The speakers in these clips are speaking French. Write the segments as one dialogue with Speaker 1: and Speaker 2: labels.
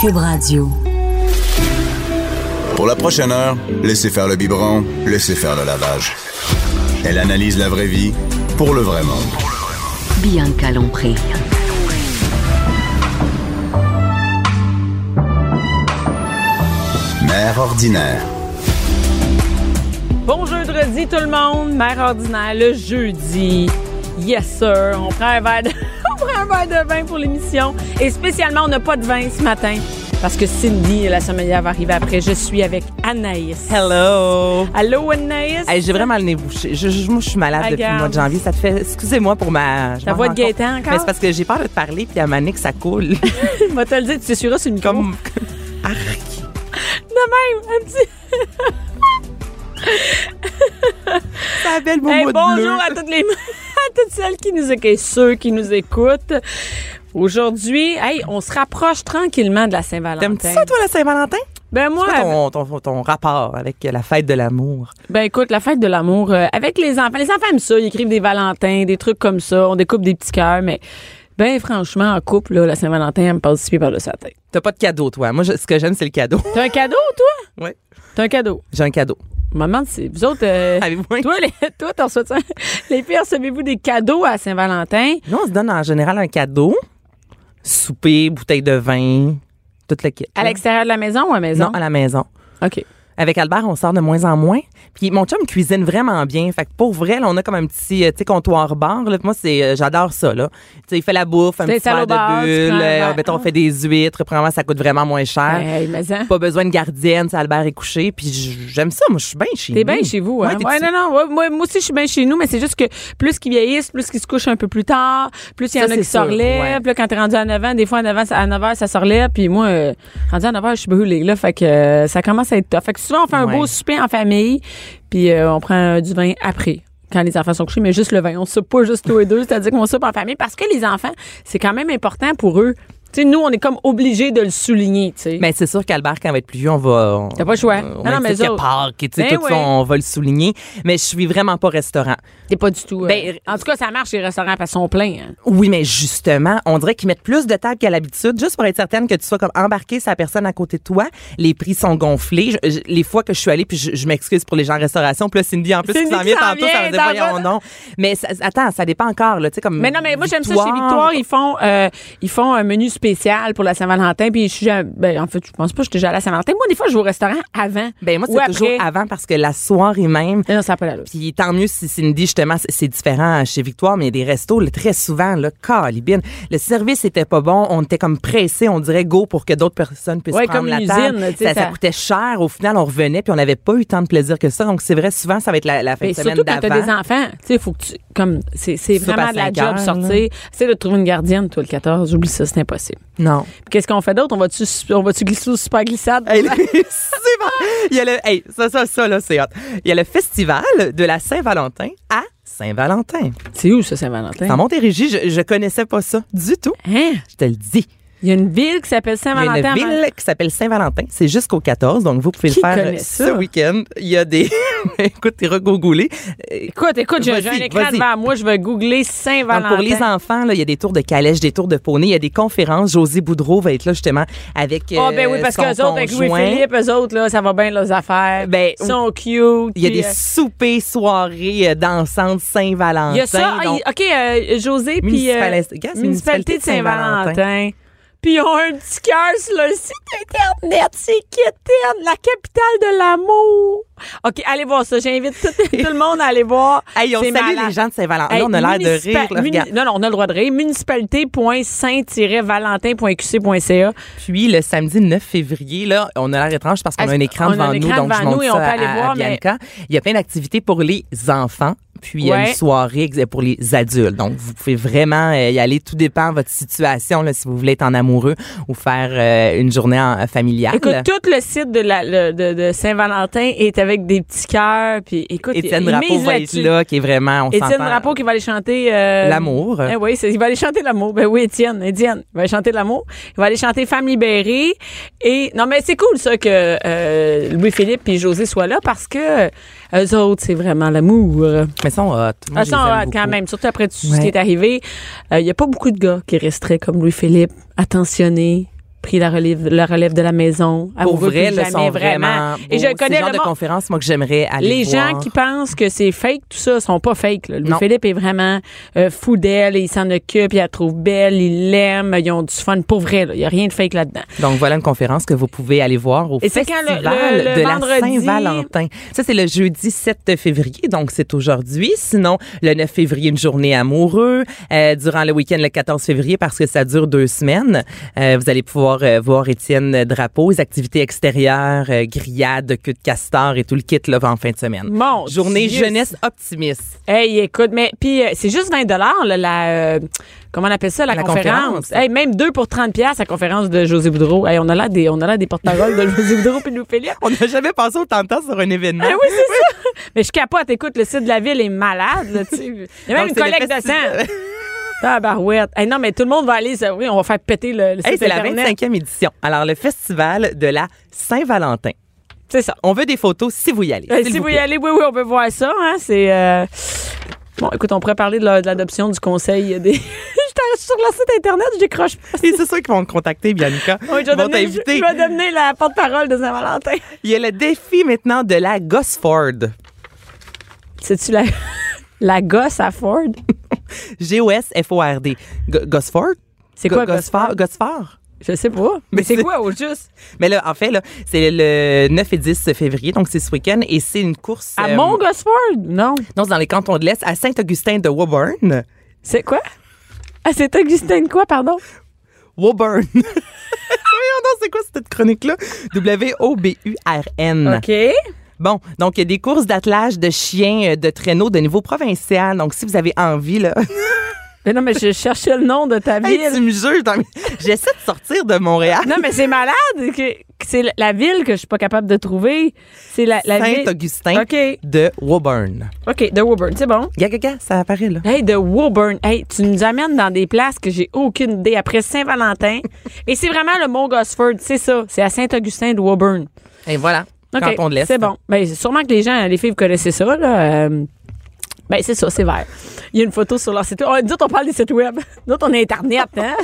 Speaker 1: Cube Radio.
Speaker 2: Pour la prochaine heure, laissez faire le biberon, laissez faire le lavage. Elle analyse la vraie vie pour le vrai monde.
Speaker 1: Bianca Lompré.
Speaker 2: Mère ordinaire.
Speaker 3: Bon jeudi tout le monde, mère ordinaire le jeudi. Yes sir, on prend un verre de, on prend un verre de vin pour l'émission et spécialement on n'a pas de vin ce matin parce que Cindy la sommelière va arriver après. Je suis avec Anaïs.
Speaker 4: Hello!
Speaker 3: Allô Anaïs.
Speaker 4: Hey, j'ai vraiment le nez bouché. Je, je- moi, je suis malade
Speaker 3: Ah,
Speaker 4: depuis le
Speaker 3: garde.
Speaker 4: mois de janvier. Ça te fait. Excusez-moi pour ma. je
Speaker 3: Ta
Speaker 4: m'en
Speaker 3: voix
Speaker 4: rends
Speaker 3: de
Speaker 4: compte.
Speaker 3: Gaétan encore?
Speaker 4: Mais c'est parce que j'ai peur de te parler, puis à ma nez que ça coule.
Speaker 3: Je vais te le dire, tu t'essuieras sur une
Speaker 4: Comme. Arc.
Speaker 3: de même un petit.
Speaker 4: Ça belle mon
Speaker 3: Hey,
Speaker 4: mois de bleu.
Speaker 3: bonjour à toutes les à toutes celles qui nous écoutent, ceux qui nous écoutent. Aujourd'hui, hey, on se rapproche tranquillement de la Saint-Valentin.
Speaker 4: T'aimes-tu ça, toi, la Saint-Valentin?
Speaker 3: Ben moi,
Speaker 4: C'est quoi ton, ton, ton rapport avec la fête de l'amour?
Speaker 3: Ben écoute, la fête de l'amour euh, avec les enfants. Les enfants aiment ça, ils écrivent des Valentins, des trucs comme ça, on découpe des petits cœurs, mais ben franchement, en couple, là, la Saint-Valentin, elle me passe du pied par-dessus la tête.
Speaker 4: T'as pas de cadeau, toi. Moi, je- ce que j'aime, c'est le cadeau.
Speaker 3: T'as un cadeau, toi?
Speaker 4: ouais.
Speaker 3: T'as un cadeau.
Speaker 4: J'ai un cadeau.
Speaker 3: Maman, c'est vous autres... euh,
Speaker 4: Avez-vous un-
Speaker 3: Toi, les, toi, t'en reçois Les filles, recevez-vous des cadeaux à Saint-Valentin?
Speaker 4: Nous, on se donne en général un cadeau. Souper, bouteille de vin, tout le kit.
Speaker 3: À l'extérieur de la maison ou à la maison?
Speaker 4: Non, à la maison.
Speaker 3: OK.
Speaker 4: Avec Albert, on sort de moins en moins. Puis mon chum cuisine vraiment bien. Fait que pour vrai, là, on a comme un petit euh, tu sais, comptoir bar. Là. Moi, c'est euh, j'adore ça. Là. Tu sais, il fait la bouffe, un
Speaker 3: Tu
Speaker 4: petit
Speaker 3: t'installes au
Speaker 4: verre
Speaker 3: bar,
Speaker 4: de
Speaker 3: tu
Speaker 4: bulle.
Speaker 3: prends un
Speaker 4: euh,
Speaker 3: verre. ah.
Speaker 4: mettons, on fait des huîtres. Premièrement, ça coûte vraiment moins cher.
Speaker 3: Hey, mais hein.
Speaker 4: Pas besoin de gardienne, si Albert est couché. Puis j- j'aime ça. Moi, je suis bien chez
Speaker 3: T'es
Speaker 4: nous.
Speaker 3: bien chez vous,
Speaker 4: Mm-hmm. Ouais,
Speaker 3: hein?
Speaker 4: t'es-
Speaker 3: Ouais, non, non. ouais, moi, moi aussi, je suis bien chez nous, mais c'est juste que plus qu'ils vieillissent, plus qu'ils se couchent un peu plus tard, plus il y en
Speaker 4: Ça,
Speaker 3: a qui
Speaker 4: c'est sûr,
Speaker 3: se relèvent.
Speaker 4: ouais.
Speaker 3: Puis là, quand t'es rendu à 9 ans, des fois, à 9 ans, ça- à 9 heures, ça se relève. Puis moi, euh, rendu à 9 heures, je suis brûlée, là. Fait que euh, ça commence à être tough. Fait que souvent, on fait un
Speaker 4: Ouais.
Speaker 3: beau souper en famille, puis euh, on prend euh, du vin après. Quand les enfants sont couchés, mais juste le vin. On soupe pas juste tous les deux, c'est-à-dire qu'on soupe en famille parce que les enfants, c'est quand même important pour eux. Tu sais, nous, on est comme obligés de le souligner, tu sais.
Speaker 4: Mais c'est sûr qu'Albert, quand il va être plus vieux, on va. on-
Speaker 3: T'as pas le choix.
Speaker 4: euh,
Speaker 3: Non,
Speaker 4: On
Speaker 3: non, mais eux
Speaker 4: que
Speaker 3: autres.
Speaker 4: Pâques, et tu sais,
Speaker 3: Ben
Speaker 4: tout ça,
Speaker 3: oui.
Speaker 4: on va le souligner. Mais je suis vraiment pas restaurant.
Speaker 3: T'es pas du tout. euh,
Speaker 4: Ben,
Speaker 3: en tout cas, ça marche, les restaurants, parce qu'ils sont pleins. hein.
Speaker 4: Oui, mais justement, on dirait qu'ils mettent plus de table qu'à l'habitude, juste pour être certaine que tu sois comme embarqué sur la personne à côté de toi. Les prix sont gonflés. Je- je- les fois que je suis allée, puis je, je m'excuse pour les gens en restauration, puis là, Cindy, en plus,
Speaker 3: Cindy
Speaker 4: qui s'en
Speaker 3: qui
Speaker 4: vient
Speaker 3: s'en
Speaker 4: tantôt, ça
Speaker 3: vient,
Speaker 4: me dit,
Speaker 3: t'en
Speaker 4: voyons
Speaker 3: vas-
Speaker 4: non. Mais ça- attends, ça dépend encore, là, tu sais, comme.
Speaker 3: Mais non, mais moi j'aime ça chez Victoire, ils font euh, ils font un menu spécial pour la Saint-Valentin puis je suis jamais- ben en fait, je pense pas que j'étais déjà allée à la Saint-Valentin. Moi des fois je vais au restaurant avant.
Speaker 4: Ben, moi,
Speaker 3: ou
Speaker 4: c'est toujours
Speaker 3: après.
Speaker 4: avant parce que la soirée même,
Speaker 3: Non, ça a pas l'allure.
Speaker 4: Puis tant mieux si Cindy, justement, c'est- c'est différent chez Victoire, mais il y a des restos, là, très souvent, le calibine. Le service était pas bon, on était comme pressé, on dirait go pour que d'autres personnes puissent
Speaker 3: Ouais,
Speaker 4: prendre
Speaker 3: comme
Speaker 4: la
Speaker 3: une
Speaker 4: table.
Speaker 3: usine, tu sais,
Speaker 4: ça, ça
Speaker 3: ça-
Speaker 4: coûtait cher. Au final, on revenait, puis on n'avait pas eu tant de plaisir que ça. Donc, c'est vrai, souvent, ça va être la, la fin
Speaker 3: Mais
Speaker 4: de
Speaker 3: Ben,
Speaker 4: semaine
Speaker 3: surtout quand t'as
Speaker 4: d'avant.
Speaker 3: des enfants, tu sais, faut que tu comme c'est c'est
Speaker 4: Soupe à
Speaker 3: vraiment de la
Speaker 4: cinq
Speaker 3: job
Speaker 4: heures,
Speaker 3: sortir, c'est de trouver une gardienne toi le 14, oublie ça, c'est impossible.
Speaker 4: Non.
Speaker 3: Qu'est-ce qu'on fait d'autre On va tu on va tu glisser sous super glissade
Speaker 4: Hey, les- c'est bon. Il y a le, hey, ça, ça, ça, là, c'est hot. Il y a le festival de la Saint-Valentin à Saint-Valentin.
Speaker 3: C'est où ça
Speaker 4: En
Speaker 3: Saint-Valentin
Speaker 4: Montérégie, je, je connaissais pas ça du tout.
Speaker 3: Hein
Speaker 4: Je te le dis.
Speaker 3: Il y a une ville qui s'appelle
Speaker 4: Il y
Speaker 3: Saint-Valentin.
Speaker 4: a une
Speaker 3: à Mont-
Speaker 4: ville qui s'appelle Saint-Valentin. C'est jusqu'au 14, donc vous pouvez
Speaker 3: Qui
Speaker 4: le faire
Speaker 3: connaît ça?
Speaker 4: ce week-end. Il y a des... Ben, Écoute, t'es regogoulé. Euh,
Speaker 3: Écoute, écoute, j'ai
Speaker 4: Vas-y,
Speaker 3: j'ai un écran
Speaker 4: vas-y.
Speaker 3: devant moi, je vais googler Saint-Valentin.
Speaker 4: Donc, pour les enfants, là, il y a des tours de calèche, des tours de poney, il y a des conférences. José Boudreau va être là justement avec
Speaker 3: Ah,
Speaker 4: euh,
Speaker 3: ben oui, parce
Speaker 4: son
Speaker 3: qu'eux autres, avec
Speaker 4: conjoint.
Speaker 3: Louis-Philippe, eux autres, là, ça va bien leurs affaires.
Speaker 4: Ben,
Speaker 3: Ils sont cute.
Speaker 4: Il y a
Speaker 3: puis,
Speaker 4: des
Speaker 3: euh,
Speaker 4: soupers, soirées euh, dansantes Saint-Valentin.
Speaker 3: Il y a ça. ah,
Speaker 4: Donc,
Speaker 3: il- OK, euh, José, puis. euh,
Speaker 4: Municipal- Gars, c'est
Speaker 3: municipalité de
Speaker 4: Saint-Valentin.
Speaker 3: Saint-Valentin. Puis ils ont un petit cœur sur leur site Internet. C'est quétaine, la capitale de l'amour. OK, allez voir ça. J'invite tout, tout le monde à aller voir.
Speaker 4: Hey, on
Speaker 3: C'est
Speaker 4: salue
Speaker 3: malade.
Speaker 4: les gens de Saint-Valentin.
Speaker 3: Hey,
Speaker 4: Là, on a l'air de
Speaker 3: municipa-
Speaker 4: rire. là,
Speaker 3: muni-
Speaker 4: regarde.
Speaker 3: non, non, on a le droit de rire. Municipalité.saint-valentin.qc.ca.
Speaker 4: Puis le samedi 9 février, là, on a l'air étrange parce qu'on
Speaker 3: Est-ce
Speaker 4: a un écran
Speaker 3: qu'on a
Speaker 4: devant
Speaker 3: un
Speaker 4: nous,
Speaker 3: écran
Speaker 4: donc
Speaker 3: devant
Speaker 4: je
Speaker 3: nous
Speaker 4: montre
Speaker 3: et on
Speaker 4: ça
Speaker 3: peut aller
Speaker 4: à, à
Speaker 3: voir, mais-
Speaker 4: Bianca. Il y a plein d'activités pour les enfants. puis il y a
Speaker 3: Ouais.
Speaker 4: une soirée ex- pour les adultes. Donc, vous pouvez vraiment euh, y aller. Tout dépend de votre situation, là, si vous voulez être en amoureux ou faire euh, une journée en- familiale.
Speaker 3: Écoute, tout le site de, la, le- de, de Saint-Valentin est avec des petits cœurs. Puis écoute,
Speaker 4: Étienne
Speaker 3: il
Speaker 4: Drapeau
Speaker 3: mise
Speaker 4: va être
Speaker 3: là-dessus.
Speaker 4: là, qui est vraiment, on
Speaker 3: Étienne
Speaker 4: s'entend,
Speaker 3: Drapeau qui va aller chanter... euh,
Speaker 4: l'amour.
Speaker 3: Eh oui, c'est- il va aller chanter l'amour. Ben oui, Étienne, Étienne, il va aller chanter l'amour. Il va aller chanter Femme libérée. Et non, mais c'est cool ça que euh, Louis-Philippe et José soient là parce que eux autres, c'est vraiment l'amour.
Speaker 4: Mais ils sont hot. Moi,
Speaker 3: Ah,
Speaker 4: je
Speaker 3: ça,
Speaker 4: les aime
Speaker 3: on- quand
Speaker 4: beaucoup.
Speaker 3: même, surtout après tout ce
Speaker 4: Ouais.
Speaker 3: qui est arrivé, il n'y a pas beaucoup de gars qui resteraient comme Louis-Philippe, attentionnés, pris la relève, la relève de la maison,
Speaker 4: Pour
Speaker 3: amoureux
Speaker 4: vrai,
Speaker 3: plus
Speaker 4: le
Speaker 3: jamais,
Speaker 4: sont
Speaker 3: vraiment.
Speaker 4: vraiment.
Speaker 3: Et
Speaker 4: beaux.
Speaker 3: je
Speaker 4: C'est le
Speaker 3: connais
Speaker 4: genre
Speaker 3: le
Speaker 4: de
Speaker 3: monde-
Speaker 4: conférence, moi, que j'aimerais aller
Speaker 3: les gens
Speaker 4: voir.
Speaker 3: qui pensent que c'est fake, tout ça, sont pas fake. là.
Speaker 4: Non.
Speaker 3: Louis-Philippe est vraiment euh, fou d'elle, il s'en occupe, il la trouve belle, il l'aime, ils ont du fun pour vrai. là. Il n'y a rien de fake là-dedans.
Speaker 4: Donc voilà une conférence que vous pouvez aller voir au
Speaker 3: Et c'est quand
Speaker 4: festival
Speaker 3: le- le- le
Speaker 4: de la
Speaker 3: vendredi?
Speaker 4: Saint-Valentin. Ça c'est le jeudi 7 février, donc c'est aujourd'hui. Sinon le 9 février une journée amoureux Euh, durant le week-end le 14 février parce que ça dure deux semaines. euh, vous allez pouvoir euh, voir Étienne Drapeau, les activités extérieures, euh, grillades, queue de castor et tout le kit là en fin de semaine.
Speaker 3: Mon
Speaker 4: journée
Speaker 3: Dieu.
Speaker 4: jeunesse optimiste.
Speaker 3: Hey, écoute, mais puis euh, c'est juste 20 dollars la euh, comment on appelle ça la,
Speaker 4: La
Speaker 3: conférence.
Speaker 4: conférence.
Speaker 3: Hey, même deux pour 30 pièces la conférence de José Boudreau. Hey, on a là des on a là des porte-paroles de José Boudreau puis de Louis-Philippe.
Speaker 4: On n'a jamais passé autant de temps sur un événement.
Speaker 3: Ah oui, c'est ça. Mais je capote. Écoute, le site de la ville est malade. Là, tu sais. Il y a même
Speaker 4: Donc,
Speaker 3: une
Speaker 4: c'est le
Speaker 3: collecte de
Speaker 4: festival.
Speaker 3: sang. Tabarouette. Hey, non, mais tout le monde va aller. ça, Oui, on va faire péter le, le
Speaker 4: Hey,
Speaker 3: site
Speaker 4: c'est la
Speaker 3: Internet.
Speaker 4: 25e édition. Alors, le festival de la Saint-Valentin.
Speaker 3: C'est ça.
Speaker 4: On veut des photos si vous y allez.
Speaker 3: Euh,
Speaker 4: s'il
Speaker 3: si vous
Speaker 4: plaît.
Speaker 3: y allez, oui, oui, on peut voir ça. Hein, c'est euh, bon. Écoute, on pourrait parler de la- de l'adoption du conseil des. J'étais sur le site internet, je décroche pas.
Speaker 4: Et c'est sûr qu'ils vont te contacter, Bianca.
Speaker 3: Oui, je, vais
Speaker 4: Ils vont
Speaker 3: devenir- je-
Speaker 4: t'inviter.
Speaker 3: je vais devenir la porte-parole de Saint-Valentin.
Speaker 4: Il y a le défi maintenant de la Gosford.
Speaker 3: C'est-tu la, la gosse à Ford?
Speaker 4: G-O-S-F-O-R-D. Go- Gosford?
Speaker 3: C'est quoi, Gosford?
Speaker 4: Gosford? Gosford?
Speaker 3: Je sais pas. Mais
Speaker 4: Mais
Speaker 3: c'est
Speaker 4: c'est-
Speaker 3: quoi, au juste?
Speaker 4: Mais là, en fait, là, c'est le 9 et 10 février, donc c'est ce week-end, et c'est une course.
Speaker 3: À
Speaker 4: euh,
Speaker 3: mon Gosford? Non.
Speaker 4: Non, c'est dans les cantons de l'Est, à Saint-Augustin de Woburn.
Speaker 3: C'est quoi? Ah, c'est Augustin de quoi, pardon?
Speaker 4: Woburn. Voyons donc, c'est quoi cette chronique-là? W-O-B-U-R-N.
Speaker 3: OK.
Speaker 4: Bon, donc il y a des courses d'attelage de chiens, euh, de traîneaux de niveau provincial. Donc si vous avez envie, là,
Speaker 3: Mais non, mais je cherchais le nom de ta
Speaker 4: Hey,
Speaker 3: ville.
Speaker 4: tu me juges. dans mes- J'essaie de sortir de Montréal.
Speaker 3: Non, mais c'est malade. que- que C'est la- la ville que je suis pas capable de trouver. C'est la, la ville.
Speaker 4: Saint-Augustin
Speaker 3: OK.
Speaker 4: de Woburn.
Speaker 3: OK, de Woburn. C'est bon.
Speaker 4: Gaga, ça apparaît là.
Speaker 3: Hey, de Woburn. Hey, tu nous amènes dans des places que j'ai aucune idée après Saint-Valentin. Et c'est vraiment le Mont Gosford, c'est ça. C'est à Saint-Augustin de Woburn.
Speaker 4: Et voilà.
Speaker 3: OK,
Speaker 4: Quand on laisse.
Speaker 3: C'est bon. Mais sûrement que les gens, les filles, vous connaissez ça, là. euh, ben, c'est ça, c'est vert. Il y a une photo sur leur site web. Oh, nous autres, on parle des sites web. Nous autres, on est Internet, hein?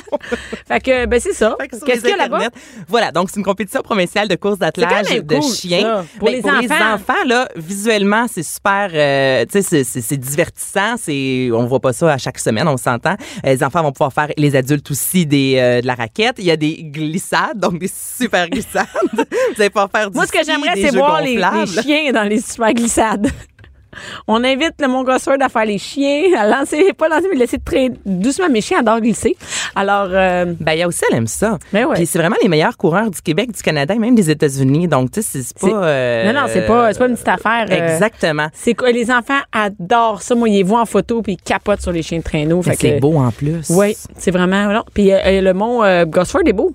Speaker 3: fait que, ben, c'est ça.
Speaker 4: Fait que sur
Speaker 3: Qu'est-ce
Speaker 4: les
Speaker 3: qu'il y a là-bas?
Speaker 4: internets- Voilà, donc c'est une compétition provinciale de course d'attelage
Speaker 3: C'est quand même
Speaker 4: de
Speaker 3: cool, ça,
Speaker 4: chiens.
Speaker 3: pour
Speaker 4: Mais
Speaker 3: les
Speaker 4: pour
Speaker 3: enfants.
Speaker 4: là, visuellement, c'est super, euh, tu sais, c'est- c'est c'est divertissant. C'est, on voit pas ça à chaque semaine, on s'entend. Euh, Les enfants vont pouvoir faire, les adultes aussi, des, euh, de la raquette. Il y a des glissades, donc des super glissades. Vous allez pouvoir faire du
Speaker 3: Moi, ce que
Speaker 4: ski,
Speaker 3: j'aimerais,
Speaker 4: des
Speaker 3: c'est
Speaker 4: jeux
Speaker 3: voir les, les
Speaker 4: gonflables.
Speaker 3: chiens dans les super glissades. On invite le Mont Gosford à faire les chiens, à lancer, pas lancer, mais laisser très doucement mes chiens adorent glisser. Alors, euh,
Speaker 4: Ben, il y a aussi, elle aime ça.
Speaker 3: Mais Ben ouais.
Speaker 4: Puis c'est vraiment les meilleurs coureurs du Québec, du Canada et même des États-Unis. Donc, tu sais, c'est
Speaker 3: C'est-
Speaker 4: pas. euh,
Speaker 3: non, non, c'est pas, c'est pas une petite affaire. euh,
Speaker 4: Exactement.
Speaker 3: C'est quoi? Les enfants adorent ça. Moi, ils les voient en photo puis ils capotent sur les chiens de traîneau.
Speaker 4: Mais
Speaker 3: Fait
Speaker 4: c'est
Speaker 3: que-
Speaker 4: beau en plus.
Speaker 3: Oui, c'est vraiment. Non. Puis euh, euh, le mont euh, Gosford est beau.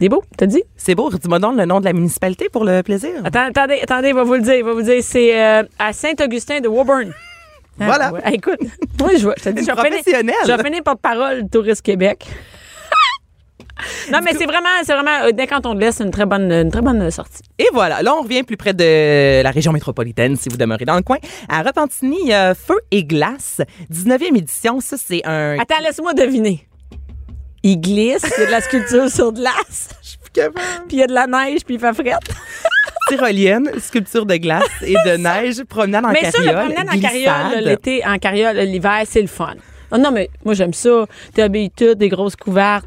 Speaker 3: Il est beau, t'as dit?
Speaker 4: C'est beau. Dis-moi donc le nom de la municipalité pour le plaisir.
Speaker 3: Attends- attendez, attendez, il va vous le dire. Il va vous le dire. C'est euh, à Saint-Augustin de Woburn. Hein,
Speaker 4: Voilà.
Speaker 3: ouais. Hey, écoute, moi, je, vois- je te dis, je
Speaker 4: Une
Speaker 3: vais finir-
Speaker 4: professionnelle.
Speaker 3: je vais finir porte-parole du Tourisme Québec. non, mais c'est vraiment, c'est vraiment, euh, dès quand on le laisse, une très bonne, une très bonne sortie.
Speaker 4: Et voilà. Là, on revient plus près de la région métropolitaine, si vous demeurez dans le coin. À Repentigny, il y a Feu et Glace, 19e édition. Ça, c'est un.
Speaker 3: Attends, laisse-moi deviner. Il glisse, il y a de la sculpture sur glace, puis il y a de la neige, puis il fait frette.
Speaker 4: Tyrolienne, sculpture de glace et de neige, promenade en
Speaker 3: Mais ça,
Speaker 4: carriole.
Speaker 3: le promenade en carriole
Speaker 4: glissade.
Speaker 3: l'été, en carriole l'hiver, c'est le fun. Non, non, mais moi, j'aime ça. T'habilles tout, des grosses couvertes.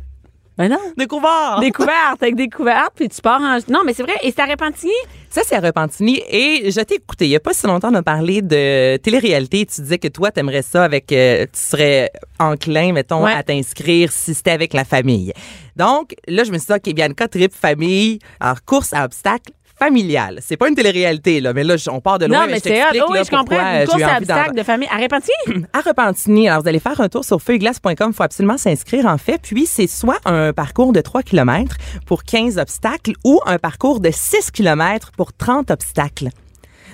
Speaker 3: Ben non.
Speaker 4: De couvert.
Speaker 3: Des couvertes, avec des couvertes, puis tu pars en. Non, mais c'est vrai. Et c'est à Repentigny?
Speaker 4: Ça, c'est à Repentigny. Et je t'ai écouté. Il n'y a pas si longtemps, on a parlé de télé-réalité. Tu disais que toi, t'aimerais ça avec. euh, tu serais enclin, mettons,
Speaker 3: Ouais.
Speaker 4: à t'inscrire si c'était avec la famille. Donc, là, je me suis dit, OK, Bianca, trip famille. Alors, course à obstacles, familiale. C'est pas une télé-réalité, là, mais là, je- on part de loin.
Speaker 3: non, mais
Speaker 4: je
Speaker 3: c'est hot.
Speaker 4: t'explique,
Speaker 3: Oui,
Speaker 4: là,
Speaker 3: je
Speaker 4: pourquoi,
Speaker 3: comprends.
Speaker 4: euh,
Speaker 3: Une course
Speaker 4: j'ai
Speaker 3: à
Speaker 4: envie d'en-
Speaker 3: obstacles de famille. À Repentigny?
Speaker 4: à Repentigny. Alors, vous allez faire un tour sur feuilleglace.com. Il faut absolument s'inscrire, en fait. Puis, c'est soit un parcours de 3 km pour 15 obstacles ou un parcours de 6 km pour 30 obstacles.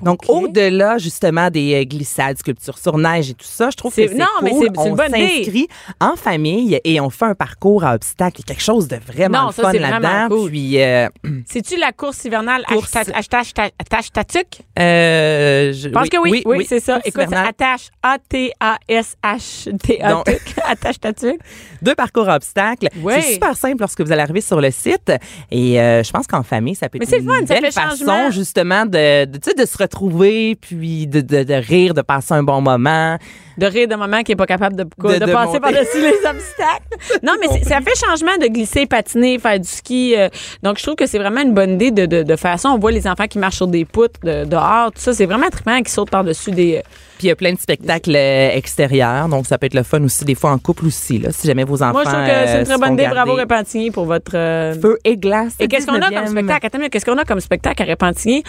Speaker 4: Donc,
Speaker 3: OK.
Speaker 4: au-delà, justement, des euh, glissades, sculptures sur neige et tout ça, je trouve que
Speaker 3: C'est-
Speaker 4: c'est
Speaker 3: non, mais
Speaker 4: cool.
Speaker 3: c'est- c'est une
Speaker 4: On
Speaker 3: bonne idée.
Speaker 4: s'inscrit en famille et on fait un parcours à obstacles. Il y a quelque chose de vraiment
Speaker 3: Non,
Speaker 4: le
Speaker 3: ça,
Speaker 4: fun
Speaker 3: c'est vraiment
Speaker 4: là-dedans.
Speaker 3: cool.
Speaker 4: Puis, euh,
Speaker 3: C'est-tu la course hivernale
Speaker 4: Course.
Speaker 3: hashtag- hashtag- hashtag- hashtag tatuk?
Speaker 4: euh, je
Speaker 3: Je pense que oui. Oui, c'est ça.
Speaker 4: Course
Speaker 3: Écoute, ça
Speaker 4: hivernale.
Speaker 3: attache A-T-A-S-H-T-A.
Speaker 4: Donc-
Speaker 3: Attache tatuk.
Speaker 4: deux parcours obstacles.
Speaker 3: Oui.
Speaker 4: C'est super simple lorsque vous allez arriver sur le site. Et euh, je pense qu'en famille, ça peut
Speaker 3: Mais
Speaker 4: être
Speaker 3: c'est
Speaker 4: une
Speaker 3: le fun, ça
Speaker 4: belle
Speaker 3: fait
Speaker 4: façon,
Speaker 3: changement.
Speaker 4: justement, de, de, tu sais, de se retrouver, puis de, de- de rire, de passer un bon moment.
Speaker 3: De rire de maman qui est pas capable de,
Speaker 4: De-
Speaker 3: de,
Speaker 4: de monter.
Speaker 3: passer par-dessus les obstacles. Non, mais c'est- ça fait changement de glisser, patiner, faire du ski. euh, donc, je trouve que c'est vraiment une bonne idée de, de, de faire ça. On voit les enfants qui marchent sur des poutres de- dehors, tout ça. C'est vraiment trippant qui sautent par-dessus des... euh,
Speaker 4: Puis il y a plein de spectacles euh, extérieurs, donc ça peut être le fun aussi, des fois en couple aussi, là, si jamais vos enfants.
Speaker 3: Moi, je trouve que c'est
Speaker 4: euh,
Speaker 3: une très
Speaker 4: se font
Speaker 3: bonne idée.
Speaker 4: garder.
Speaker 3: Bravo, Repentigny, pour votre... euh,
Speaker 4: Feu et glace.
Speaker 3: Et qu'est-ce qu'on a comme
Speaker 4: 19e.
Speaker 3: spectacle? Attends, une minute, qu'est-ce qu'on a comme spectacle à Repentigny?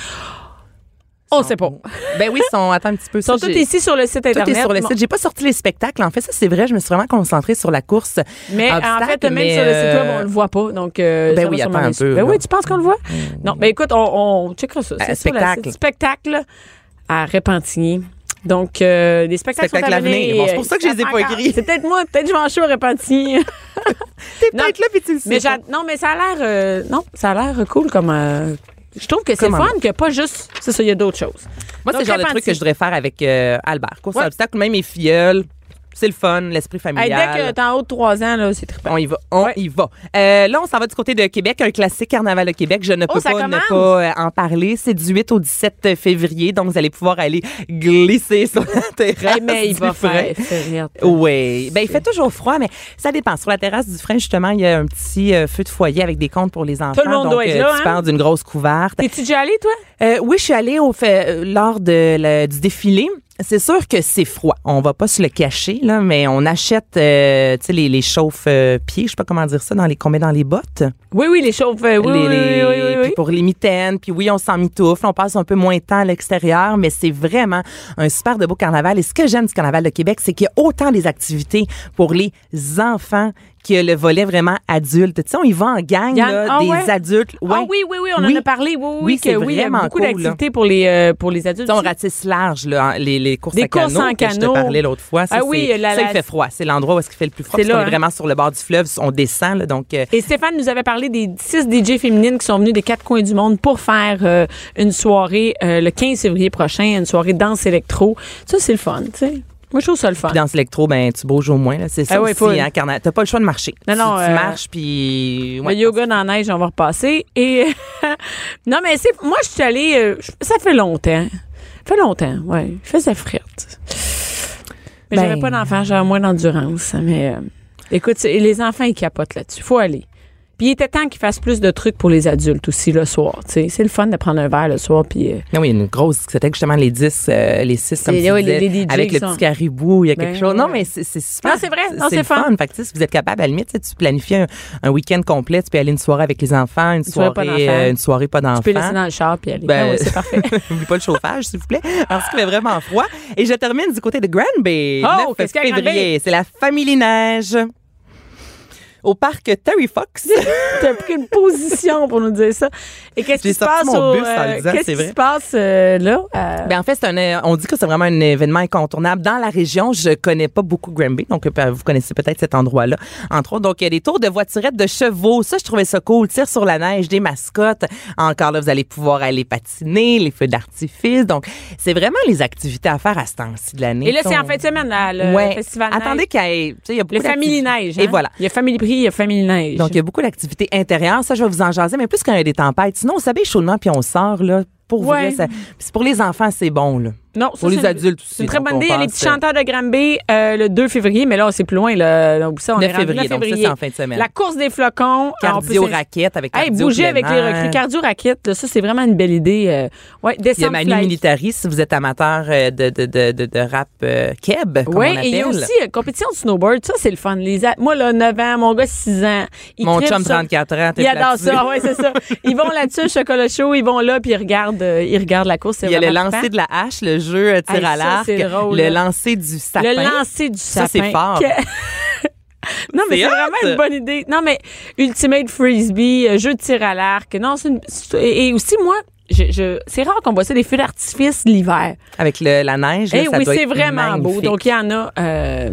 Speaker 3: On sait pas. Ils
Speaker 4: Ben oui, ils sont. Attends un petit peu. ça,
Speaker 3: sont tous
Speaker 4: j'ai-
Speaker 3: ici sur le site
Speaker 4: Tout
Speaker 3: Internet.
Speaker 4: est sur le
Speaker 3: Bon,
Speaker 4: site. J'ai pas sorti les spectacles. En fait, ça, c'est vrai. Je me suis vraiment concentrée sur la course.
Speaker 3: Mais en fait,
Speaker 4: obstacle,
Speaker 3: même
Speaker 4: mais,
Speaker 3: sur le site web,
Speaker 4: euh,
Speaker 3: on le voit pas. Donc, euh,
Speaker 4: ben
Speaker 3: ça va
Speaker 4: oui,
Speaker 3: sûrement
Speaker 4: attends un
Speaker 3: aller-
Speaker 4: peu,
Speaker 3: Ben
Speaker 4: là. Mm. Euh,
Speaker 3: oui, tu penses qu'on le voit? Non, ben écoute, on, on checkera ça. C'est sur le
Speaker 4: spectacle.
Speaker 3: site. Spectacle à Repentigny. Donc, euh, les spectacles
Speaker 4: Spectacle
Speaker 3: sont
Speaker 4: à
Speaker 3: à
Speaker 4: venir.
Speaker 3: venir.
Speaker 4: Bon, c'est pour ça que je les ai pas
Speaker 3: Encore.
Speaker 4: écrits.
Speaker 3: C'est peut-être moi, peut-être que je m'en suis à Repentigny.
Speaker 4: T'es
Speaker 3: Non.
Speaker 4: peut-être là, puis tu le sais.
Speaker 3: mais
Speaker 4: pas.
Speaker 3: j'a- non, mais ça a l'air euh, non, ça a l'air cool comme euh, je trouve que c'est
Speaker 4: Comme un
Speaker 3: fun que pas juste c'est ça, il y a d'autres choses. Donc,
Speaker 4: Moi, c'est le genre de truc
Speaker 3: Repentigny.
Speaker 4: que je voudrais faire avec euh, Albert. Course
Speaker 3: Ouais.
Speaker 4: à obstacles, même mes filleuls. C'est le fun, l'esprit
Speaker 3: Hey,
Speaker 4: familial.
Speaker 3: dès que t'es en haut de 3 ans, là, c'est trippant.
Speaker 4: on y va, on
Speaker 3: Ouais.
Speaker 4: y va. Euh, là, on s'en va du côté de Québec, un classique carnaval de Québec. Je ne
Speaker 3: Oh,
Speaker 4: peux
Speaker 3: ça
Speaker 4: pas ne
Speaker 3: commence.
Speaker 4: pas euh, en parler. C'est du 8 au 17 février, donc vous allez pouvoir aller glisser sur la terrasse.
Speaker 3: Hey, mais il
Speaker 4: du
Speaker 3: va
Speaker 4: Frein.
Speaker 3: faire faire rire.
Speaker 4: Oui. Ben, il fait toujours froid, mais ça dépend. Sur la terrasse du frein, justement, il y a un petit euh, feu de foyer avec des comptes pour les enfants.
Speaker 3: monde
Speaker 4: donc,
Speaker 3: doit être
Speaker 4: euh,
Speaker 3: là,
Speaker 4: tu
Speaker 3: hein?
Speaker 4: parles d'une grosse couverte.
Speaker 3: T'es-tu déjà allé, toi?
Speaker 4: Euh, oui, je suis allée au fait, euh, lors de le- du défilé. C'est sûr que c'est froid. On va pas se le cacher là, mais on achète euh, tu sais les, les chauffe euh, pieds, je sais pas comment dire ça dans les qu'on met dans les bottes,
Speaker 3: Oui, oui, les chauves. euh, Oui,
Speaker 4: les,
Speaker 3: oui,
Speaker 4: les-
Speaker 3: oui, oui, oui,
Speaker 4: puis
Speaker 3: oui.
Speaker 4: pour les mitaines, puis oui, on s'en mitoufle, on passe un peu moins de temps à l'extérieur, mais c'est vraiment un super de beau carnaval et ce que j'aime du carnaval de Québec, c'est qu'il y a autant des activités pour les enfants que le volet vraiment adulte. Tu sais, on y va en gang
Speaker 3: Gang.
Speaker 4: là,
Speaker 3: Ah
Speaker 4: des
Speaker 3: ouais?
Speaker 4: adultes.
Speaker 3: Ah oui, oui, oui, on
Speaker 4: Oui.
Speaker 3: en a parlé. Oui, oui,
Speaker 4: Oui,
Speaker 3: que
Speaker 4: c'est
Speaker 3: oui, il y a
Speaker 4: vraiment
Speaker 3: beaucoup
Speaker 4: cool, là.
Speaker 3: d'activités pour les, euh, pour les adultes.
Speaker 4: Tu sais, on ratisse large, là, hein, les, les courses
Speaker 3: Des
Speaker 4: en
Speaker 3: courses
Speaker 4: canot
Speaker 3: en
Speaker 4: que je te
Speaker 3: canot.
Speaker 4: parlais l'autre fois. Ça,
Speaker 3: Ah oui,
Speaker 4: c'est-
Speaker 3: la-
Speaker 4: ça, il
Speaker 3: la-
Speaker 4: fait froid. C'est l'endroit où est-ce qu'il fait le plus froid.
Speaker 3: C'est
Speaker 4: parce qu'on
Speaker 3: là,
Speaker 4: est
Speaker 3: hein.
Speaker 4: vraiment sur le bord du fleuve. On descend, là, donc... euh,
Speaker 3: Et Stéphane nous avait parlé des six DJ féminines qui sont venues des quatre coins du monde pour faire euh, une soirée euh, le 15 février prochain, une soirée danse électro. Ça, c'est le fun, tu sais. Moi, je trouve ça le fun.
Speaker 4: puis dans l'électro, ben, tu bouges au moins. là. C'est ça
Speaker 3: Ah ouais,
Speaker 4: aussi,
Speaker 3: faut-
Speaker 4: hein, carna- T'as pas le choix de marcher.
Speaker 3: Non,
Speaker 4: tu,
Speaker 3: non,
Speaker 4: tu
Speaker 3: euh,
Speaker 4: marches, puis... ouais.
Speaker 3: Le yoga dans la neige, on va repasser. Et non, mais c'est moi, je suis allée. euh, je- ça fait longtemps. Ça fait longtemps, ouais. Je faisais frette. Mais
Speaker 4: Ben.
Speaker 3: j'avais pas d'enfants, j'avais moins d'endurance. Mais euh, écoute, c'est- les enfants, ils capotent là-dessus. Faut aller. Puis il était temps qu'ils fassent plus de trucs pour les adultes aussi le soir. tu sais. C'est le fun de prendre un verre le soir. Puis euh,
Speaker 4: Non, Ah oui, il y a une grosse discothèque, justement, les 10, euh, les 6, comme
Speaker 3: Et
Speaker 4: tu
Speaker 3: là,
Speaker 4: disais,
Speaker 3: les- les DJ
Speaker 4: avec le
Speaker 3: qui sont-
Speaker 4: petit caribou, il y a quelque
Speaker 3: Ben,
Speaker 4: chose. Non,
Speaker 3: ouais.
Speaker 4: mais c'est c'est super.
Speaker 3: Non, c'est vrai. Non, c'est
Speaker 4: le
Speaker 3: fun.
Speaker 4: Fait que, tu sais, si vous êtes capable, à la limite, tu sais, tu planifies un, un week-end complet, tu peux aller une soirée avec les enfants, une,
Speaker 3: soirée pas
Speaker 4: soirée,
Speaker 3: d'enfants.
Speaker 4: euh, une soirée pas d'enfants.
Speaker 3: tu peux laisser dans le char puis aller.
Speaker 4: Ben,
Speaker 3: Ah ouais, c'est parfait.
Speaker 4: N'oublie pas le chauffage, s'il vous plaît, parce qu'il fait vraiment froid. Et je termine du côté de Granby.
Speaker 3: Oh,
Speaker 4: 9
Speaker 3: qu'est-ce qu'il y a à
Speaker 4: février, c'est la famille neige. Au parc Terry Fox.
Speaker 3: T'as pris une position pour nous dire ça. Et qu'est-ce
Speaker 4: J'ai
Speaker 3: qui se passe
Speaker 4: sorti mon
Speaker 3: au, euh,
Speaker 4: bus en le disant, c'est
Speaker 3: Qu'est-ce qui
Speaker 4: vrai.
Speaker 3: se passe euh, là? euh,
Speaker 4: Ben, en fait, c'est un, euh, on dit que c'est vraiment un événement incontournable. Dans la région, je connais pas beaucoup Granby, donc euh, vous connaissez peut-être cet endroit-là. Entre autres, donc il y a des tours de voiturettes de chevaux. Ça, je trouvais ça cool. Tire sur la neige, des mascottes. Encore là, vous allez pouvoir aller patiner, les feux d'artifice. Donc, c'est vraiment les activités à faire à ce temps-ci de l'année.
Speaker 3: Et là,
Speaker 4: Ça,
Speaker 3: c'est en
Speaker 4: on-
Speaker 3: fin de semaine, là, le
Speaker 4: Ouais.
Speaker 3: festival.
Speaker 4: Attendez
Speaker 3: Neige.
Speaker 4: qu'il y ait. tu sais, il y a beaucoup
Speaker 3: Le Family
Speaker 4: d'activités.
Speaker 3: Neige.
Speaker 4: Et
Speaker 3: hein?
Speaker 4: voilà.
Speaker 3: Il y a Family Prix, il y a Family Neige.
Speaker 4: Donc, il y a beaucoup d'activités intérieures. Ça, je vais vous en jaser, mais plus quand il y a des tempêtes. Sinon, vous savez, chaudement, puis on sort, là, pour
Speaker 3: Ouais.
Speaker 4: vous. Là, ça- puis c'est pour les enfants, c'est bon, là.
Speaker 3: Non, ça,
Speaker 4: Pour les
Speaker 3: c'est une-
Speaker 4: adultes aussi.
Speaker 3: C'est une très
Speaker 4: donc
Speaker 3: bonne
Speaker 4: on
Speaker 3: idée. Il y a les
Speaker 4: pense,
Speaker 3: petits chanteurs de Granby euh, le 2 février, mais là, c'est plus loin. Là. Donc, ça, on
Speaker 4: 9
Speaker 3: est rendu 9
Speaker 4: février, donc ça,
Speaker 3: février.
Speaker 4: c'est en fin de semaine.
Speaker 3: La course des flocons. Alors, on peut s'ins-
Speaker 4: Cardio-raquette avec
Speaker 3: Hey,
Speaker 4: cardio
Speaker 3: bouger
Speaker 4: plein
Speaker 3: avec les
Speaker 4: air.
Speaker 3: recrues. Cardio raquette, là, ça, c'est vraiment une belle idée. euh, ouais,
Speaker 4: Il y a
Speaker 3: descendre.
Speaker 4: Manu
Speaker 3: fly.
Speaker 4: Militari, si vous êtes amateur euh, de, de, de, de, de rap euh, keb, comme
Speaker 3: Oui,
Speaker 4: on
Speaker 3: et il y a
Speaker 4: appelle.
Speaker 3: aussi euh, compétition de snowboard. Ça, c'est le fun. Les a- Moi, là, 9 ans, mon gars, 6 ans. Il
Speaker 4: Mon
Speaker 3: tripe
Speaker 4: chum,
Speaker 3: ça.
Speaker 4: 34 ans, t'es
Speaker 3: Il adore
Speaker 4: là-dessus.
Speaker 3: ça, ouais, c'est ça. Ils vont là-dessus, au chocolat chaud, ils vont là, puis ils regardent, euh, ils regardent la course. c'est
Speaker 4: Il y a le
Speaker 3: vraiment
Speaker 4: lancer
Speaker 3: trippant.
Speaker 4: de la hache, le jeu euh, tir
Speaker 3: Hey, ça,
Speaker 4: à l'arc,
Speaker 3: c'est drôle,
Speaker 4: le
Speaker 3: là.
Speaker 4: lancer du sapin.
Speaker 3: Le lancer du
Speaker 4: Ça,
Speaker 3: sapin.
Speaker 4: c'est fort.
Speaker 3: Que- non, mais
Speaker 4: C'est
Speaker 3: c'est
Speaker 4: hot.
Speaker 3: vraiment une bonne idée. Non, mais Ultimate Frisbee, euh, jeu de tir à l'arc. Non, c'est une- c'est- Et aussi, moi, je, je- c'est rare qu'on voit ça, des feux d'artifice l'hiver.
Speaker 4: Avec le- la neige, là,
Speaker 3: Eh
Speaker 4: ça
Speaker 3: oui,
Speaker 4: doit
Speaker 3: c'est
Speaker 4: être
Speaker 3: vraiment beau.
Speaker 4: magnifique.
Speaker 3: Donc, il y en a euh,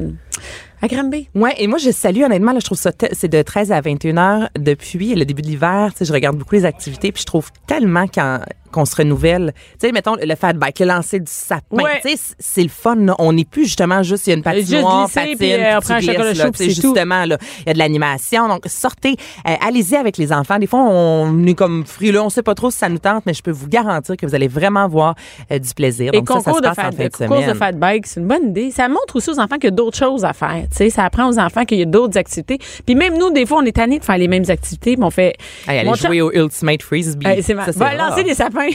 Speaker 3: à Granby.
Speaker 4: Ouais, et moi je salue honnêtement là, je trouve ça te- c'est de 13 à 21 heures depuis le début de l'hiver, tu sais je regarde beaucoup les activités puis je trouve tellement qu'en- qu'on se renouvelle. Tu sais mettons le fat bike, le lancer du sapin,
Speaker 3: Ouais.
Speaker 4: tu sais c'est- c'est le fun là. on n'est plus justement juste il y a une
Speaker 3: Juste
Speaker 4: patinoire,
Speaker 3: glisser,
Speaker 4: patine,
Speaker 3: puis, euh, on
Speaker 4: tu
Speaker 3: prend un
Speaker 4: glisses,
Speaker 3: chocolat
Speaker 4: là,
Speaker 3: chaud,
Speaker 4: tu sais,
Speaker 3: puis c'est tout.
Speaker 4: justement là, il y a de l'animation. Donc sortez, euh, allez-y avec les enfants. Des fois on est comme frileux, on sait pas trop si ça nous tente mais je peux vous garantir que vous allez vraiment voir euh, du plaisir.
Speaker 3: Et
Speaker 4: Donc ça, ça
Speaker 3: concours
Speaker 4: se
Speaker 3: de,
Speaker 4: passe en
Speaker 3: fat,
Speaker 4: fin de
Speaker 3: concours de
Speaker 4: semaine.
Speaker 3: fat bike, c'est une bonne idée. Ça montre aussi aux enfants qu'il y a d'autres choses à faire. Tu sais, ça apprend aux enfants qu'il y a d'autres activités. Puis même nous, des fois, on est tannés de faire les mêmes activités, mais on fait.
Speaker 4: Hey, allez
Speaker 3: Mon
Speaker 4: jouer au Ultimate Frisbee.
Speaker 3: Hey, c'est ma...
Speaker 4: Ça,
Speaker 3: Va
Speaker 4: rare.
Speaker 3: lancer des sapins.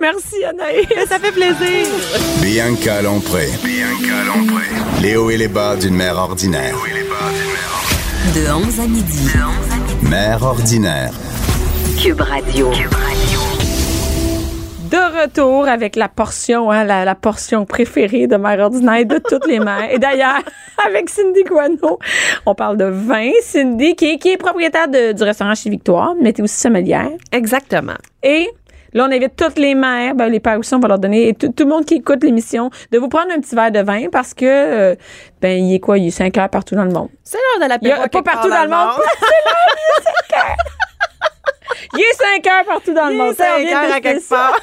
Speaker 3: Merci, Anaïs. Ça fait plaisir.
Speaker 2: Bianca Lompré. Les hauts et les bas d'une mère ordinaire.
Speaker 1: De 11 à midi.
Speaker 2: Mère ordinaire.
Speaker 1: Cube Radio.
Speaker 3: De retour avec la portion, hein, la, la portion préférée de Mère ordinaire de toutes les mères. Et d'ailleurs, avec Cindy Guano, on parle de vin. Cindy, qui est, qui est propriétaire de- du restaurant chez Victoire, mais t'es aussi sommelière.
Speaker 5: Exactement.
Speaker 3: Et là, on invite toutes les mères, ben, les pères aussi, on va leur donner, et tout, tout le monde qui écoute l'émission, de vous prendre un petit verre de vin parce que, euh, ben, il est quoi, il est 5 heures partout dans le monde.
Speaker 5: C'est l'heure de
Speaker 3: Il y a-
Speaker 5: l'apéro.
Speaker 3: pas
Speaker 5: quelque part
Speaker 3: partout dans le monde. Il est 5 heures partout dans le
Speaker 5: Il est
Speaker 3: monde. Ça, on
Speaker 5: cinq
Speaker 3: vient de
Speaker 5: heures à quelque
Speaker 3: spécial.
Speaker 5: part.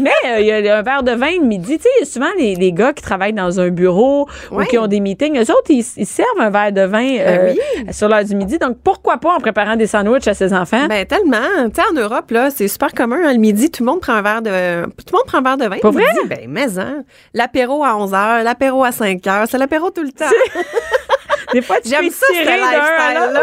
Speaker 3: Mais euh, il y a un verre de vin le midi. Tu sais, il y a souvent, les, les gars qui travaillent dans un bureau ou
Speaker 5: Ouais. Ben
Speaker 3: qui ont des meetings, eux autres, ils, ils servent un verre de vin euh, sur l'heure du midi. Donc, pourquoi pas en préparant des sandwichs à ses enfants?
Speaker 5: Ben tellement, tu sais en Europe là, c'est super commun hein, le midi, tout le monde prend un verre de tout le monde prend un verre de vin.
Speaker 3: Pas
Speaker 5: le
Speaker 3: vrai?
Speaker 5: midi. ben mais hein, l'apéro à 11h, l'apéro à 5h, c'est l'apéro tout le temps.
Speaker 3: des fois, tu peux
Speaker 5: J'aime ça ce
Speaker 3: tirer d'un à
Speaker 5: lifestyle
Speaker 3: l'autre.
Speaker 5: là.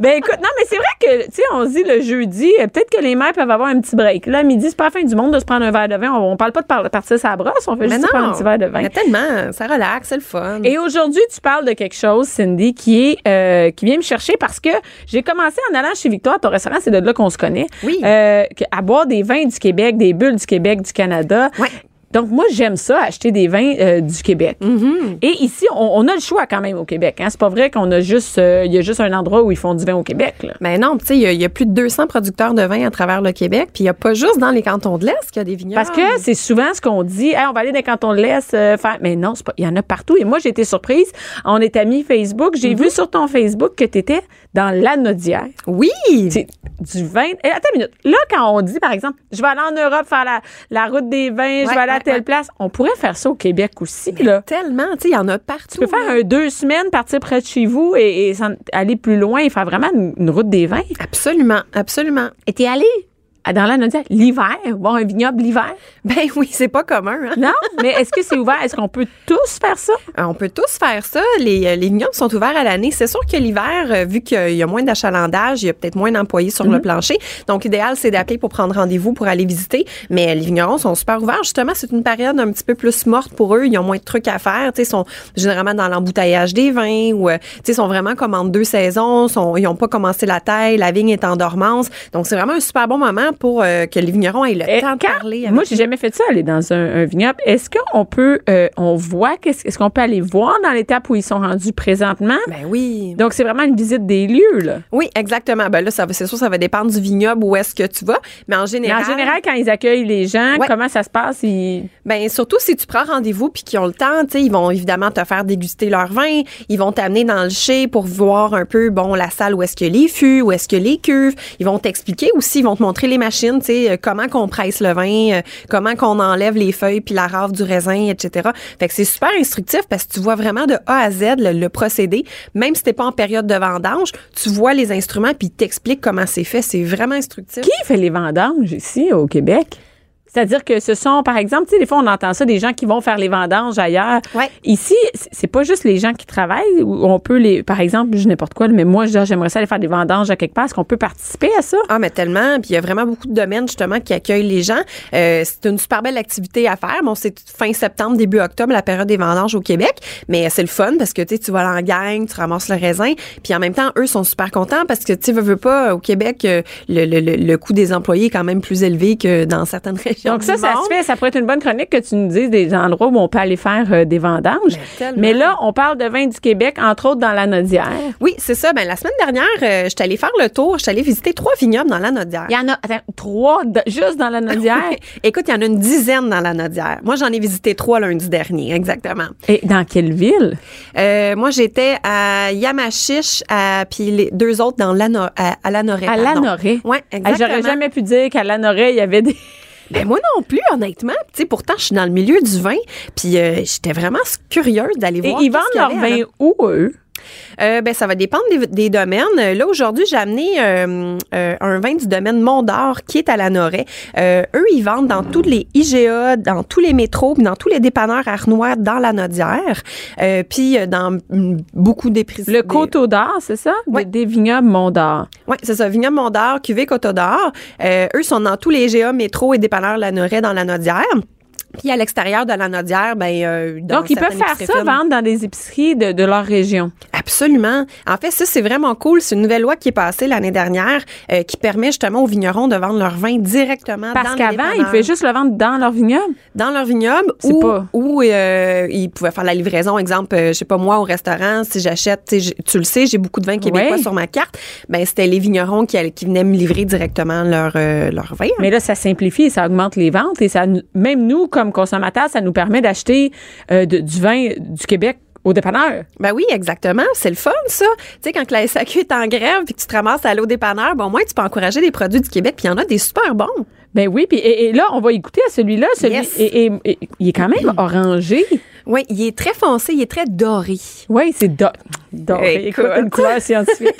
Speaker 3: Ben écoute, non, mais c'est vrai que, tu sais, on se dit le jeudi, euh, peut-être que les mères peuvent avoir un petit break. Là, à midi, c'est pas la fin du monde de se prendre un verre de vin. On, on parle pas de par- partir sa brosse, on fait
Speaker 5: Mais
Speaker 3: juste prendre un petit verre de vin.
Speaker 5: mais tellement, ça relaxe, c'est le fun.
Speaker 3: Et aujourd'hui, tu parles de quelque chose, Cindy, qui est euh, qui vient me chercher parce que j'ai commencé en allant chez Victoire, ton restaurant, c'est de là qu'on se connaît.
Speaker 5: Oui.
Speaker 3: Euh, que- à boire des vins du Québec, des bulles du Québec, du Canada.
Speaker 5: Ouais.
Speaker 3: Donc moi j'aime ça acheter des vins euh, du Québec.
Speaker 5: Mm-hmm.
Speaker 3: Et ici on, on a le choix quand même au Québec. Hein? C'est pas vrai qu'on a juste euh, il y a juste un endroit où ils font du vin au Québec. Là.
Speaker 5: Ben non, tu sais, il y a- il y, a plus de 200 producteurs de vin à travers le Québec, puis il y a pas juste dans les cantons de l'Est qu'il y a des vignobles.
Speaker 3: Parce que c'est souvent ce qu'on dit, Hey, on va aller dans quand on le laisse euh, faire. Mais non, c'est pas- il y en a partout. Et moi, j'ai été surprise. On est amis Facebook. J'ai vu sur ton Facebook que tu étais dans l'anodière.
Speaker 5: Mhm. oui,
Speaker 3: C'est du vin. Et attends une minute. Là, quand on dit, par exemple, je vais aller en Europe faire la, la route des vins, je vais aller à
Speaker 5: ouais,
Speaker 3: telle
Speaker 5: ouais.
Speaker 3: place, on pourrait faire ça au Québec aussi. Là.
Speaker 5: tellement, tu sais, il y en a partout.
Speaker 3: Tu peux faire un deux semaines, partir près de chez vous et, et s'en- aller plus loin et faire vraiment une, une route des vins.
Speaker 5: Absolument, absolument.
Speaker 3: Et t'es allé à- dans l'anodière l'hiver, voir un vignoble l'hiver.
Speaker 5: Ben oui, c'est pas commun. hein.
Speaker 3: Non, mais est-ce que c'est ouvert? Est-ce qu'on peut tous faire ça?
Speaker 5: Euh, On peut tous faire ça. Les, euh, les vignobles sont ouverts à l'année. C'est sûr que l'hiver, euh, vu qu'il y a moins d'achalandage, il y a peut-être moins d'employés sur
Speaker 3: Mhm.
Speaker 5: le plancher. Donc, l'idéal, c'est d'appeler pour prendre rendez-vous, pour aller visiter. Mais euh, les vignerons sont super ouverts. Justement, c'est une période un petit peu plus morte pour eux. Ils ont moins de trucs à faire. Tu sais, Ils sont généralement dans l'embouteillage des vins ou euh, tu sais, ils sont vraiment comme en deux saisons. Sont, ils n'ont pas commencé la taille. La vigne est en dormance. Donc, c'est vraiment un super bon moment pour euh, que les vignerons aient le
Speaker 3: Et
Speaker 5: temps de
Speaker 3: Eh, quand-
Speaker 5: parler.
Speaker 3: moi,
Speaker 5: avec-
Speaker 3: j'ai jamais fait ça, aller dans un, un vignoble. Est-ce qu'on peut, euh, on voit, qu'est-ce- est-ce qu'on peut aller voir dans l'étape où ils sont rendus présentement?
Speaker 5: Ben oui.
Speaker 3: Donc, c'est vraiment une visite des lieux, là.
Speaker 5: Oui, exactement. Ben là, ça va- c'est sûr, ça va dépendre du vignoble où est-ce que tu vas. Mais en
Speaker 3: Mais
Speaker 5: général,
Speaker 3: en général, quand ils accueillent les gens,
Speaker 5: Ouais.
Speaker 3: comment ça se passe? Ils...
Speaker 5: ben surtout si tu prends rendez-vous puis qu'ils ont le temps, tu sais, ils vont évidemment te faire déguster leur vin, ils vont t'amener dans le chai pour voir un peu, bon, la salle où est-ce que les fûts, où est-ce que les cuves. Ils vont t'expliquer aussi, ils vont te montrer les machines, tu sais, euh, comment qu'on presse le vin, euh, comment qu'on enlève les feuilles puis la rave du raisin, etc. Fait que c'est super instructif parce que tu vois vraiment de A à Z le, le procédé, même si t'es pas en période de vendange, tu vois les instruments puis ils t'expliquent comment c'est fait. C'est vraiment instructif.
Speaker 3: Qui fait les vendanges ici, au Québec? C'est-à-dire que ce sont, par exemple, tu sais, des fois, on entend ça des gens qui vont faire les vendanges ailleurs.
Speaker 5: Ouais.
Speaker 3: Ici, c- c'est pas juste les gens qui travaillent où on peut les, par exemple, je n'importe quoi, mais moi, je dis, j'aimerais ça aller faire des vendanges à quelque part. Est-ce qu'on peut participer à ça?
Speaker 5: Ah, mais tellement. Puis il y a vraiment beaucoup de domaines, justement, qui accueillent les gens. Euh, c'est une super belle activité à faire. Bon, c'est fin septembre, début octobre, la période des vendanges au Québec. Mais c'est le fun parce que, tu sais, tu vas en gang, tu ramasses le raisin. Puis en même temps, eux sont super contents parce que, tu sais, veux, veux pas, au Québec, euh, le, le, le, le coût des employés est quand même plus élevé que dans certaines régions.
Speaker 3: Donc ça,
Speaker 5: du
Speaker 3: ça
Speaker 5: monde.
Speaker 3: se fait. Ça pourrait être une bonne chronique que tu nous dises des endroits où on peut aller faire euh, des vendanges.
Speaker 5: tellement.
Speaker 3: Mais là, on parle de vin du Québec, entre autres dans la Nodière.
Speaker 5: Oui, c'est ça. Ben, la semaine dernière, euh, je suis allée faire le tour. Je suis allée visiter trois vignobles dans la Nodière.
Speaker 3: Il y en a attends, trois de- juste dans la Nodière.
Speaker 5: Écoute, il y en a une dizaine dans la Nodière. Moi, j'en ai visité trois lundi dernier, exactement.
Speaker 3: Et dans quelle ville?
Speaker 5: Euh, moi, j'étais à Yamachiche, à, puis les deux autres dans l'ano, à, à l'Anoret.
Speaker 3: À
Speaker 5: Eh, pardon.
Speaker 3: Lanoray.
Speaker 5: Ouais, exactement.
Speaker 3: J'aurais jamais pu dire qu'à Lanoray, il y avait des...
Speaker 5: Ben, moi non plus, honnêtement. Tu sais, pourtant, je suis dans le milieu du vin, puis euh, j'étais vraiment curieuse d'aller
Speaker 3: Et
Speaker 5: voir.
Speaker 3: ils vendent
Speaker 5: qu'est-ce qu'il y
Speaker 3: leur
Speaker 5: avait à
Speaker 3: vin où, eux?
Speaker 5: Euh, ben, ça va dépendre des, des domaines. Euh, Là, aujourd'hui, j'ai amené euh, euh, un vin du domaine Mont-d'Or qui est à la Noret. Euh, eux, ils vendent dans tous les IGA, dans tous les métros, puis dans tous les dépanneurs arnois dans la Nodière, euh, puis euh, dans mm, beaucoup des prix-
Speaker 3: Le
Speaker 5: des-
Speaker 3: Coteau d'Or, c'est ça? Des-
Speaker 5: Ouais.
Speaker 3: Des vignobles Mont-d'Or.
Speaker 5: Oui, c'est ça. Vignoble Mont-d'Or, Cuvée Coteau d'Or. Euh, eux sont dans tous les IGA, métros et dépanneurs la Noret dans la Nodière. Puis à l'extérieur de la Nodière, ben euh, dans
Speaker 3: Donc, ils peuvent
Speaker 5: certaines
Speaker 3: faire
Speaker 5: épiceries
Speaker 3: ça,
Speaker 5: fines.
Speaker 3: vendre dans des épiceries de, de leur région.
Speaker 5: Absolument. En fait, ça, c'est vraiment cool. C'est une nouvelle loi qui est passée l'année dernière euh, qui permet justement aux vignerons de vendre leur vin directement Ah, dans
Speaker 3: Parce
Speaker 5: le
Speaker 3: qu'avant, ils
Speaker 5: dépanneur,
Speaker 3: pouvaient juste le vendre dans leur vignoble.
Speaker 5: dans leur vignoble
Speaker 3: C'est
Speaker 5: ou
Speaker 3: pas-
Speaker 5: ou euh, ils pouvaient faire la livraison. Exemple, euh, je sais pas moi au restaurant, si j'achète, tu sais, j'ai- tu le sais, j'ai beaucoup de vins québécois
Speaker 3: Ouais.
Speaker 5: sur ma carte. Ben c'était les vignerons qui allaient- qui venaient me livrer directement leur euh, leur vin. hein.
Speaker 3: Mais là, ça simplifie, ça augmente les ventes et ça, nous- même nous, comme consommateurs, ça nous permet d'acheter euh, de- du vin du Québec au dépanneur.
Speaker 5: Ben oui, exactement. C'est le fun, ça. Tu sais, quand que la SAQ est en grève puis que tu te ramasses à l'eau dépanneur, bon, au moins, tu peux encourager des produits du Québec puis il y en a des super bons.
Speaker 3: Ben oui, puis et, et là, on va écouter à celui-là. Celui,
Speaker 5: Yes.
Speaker 3: et, et- et- il est quand même orangé.
Speaker 5: Oui, il est très foncé, il est très doré.
Speaker 3: Oui, c'est do- doré.
Speaker 5: Écoute.
Speaker 3: Écoute, une couleur scientifique.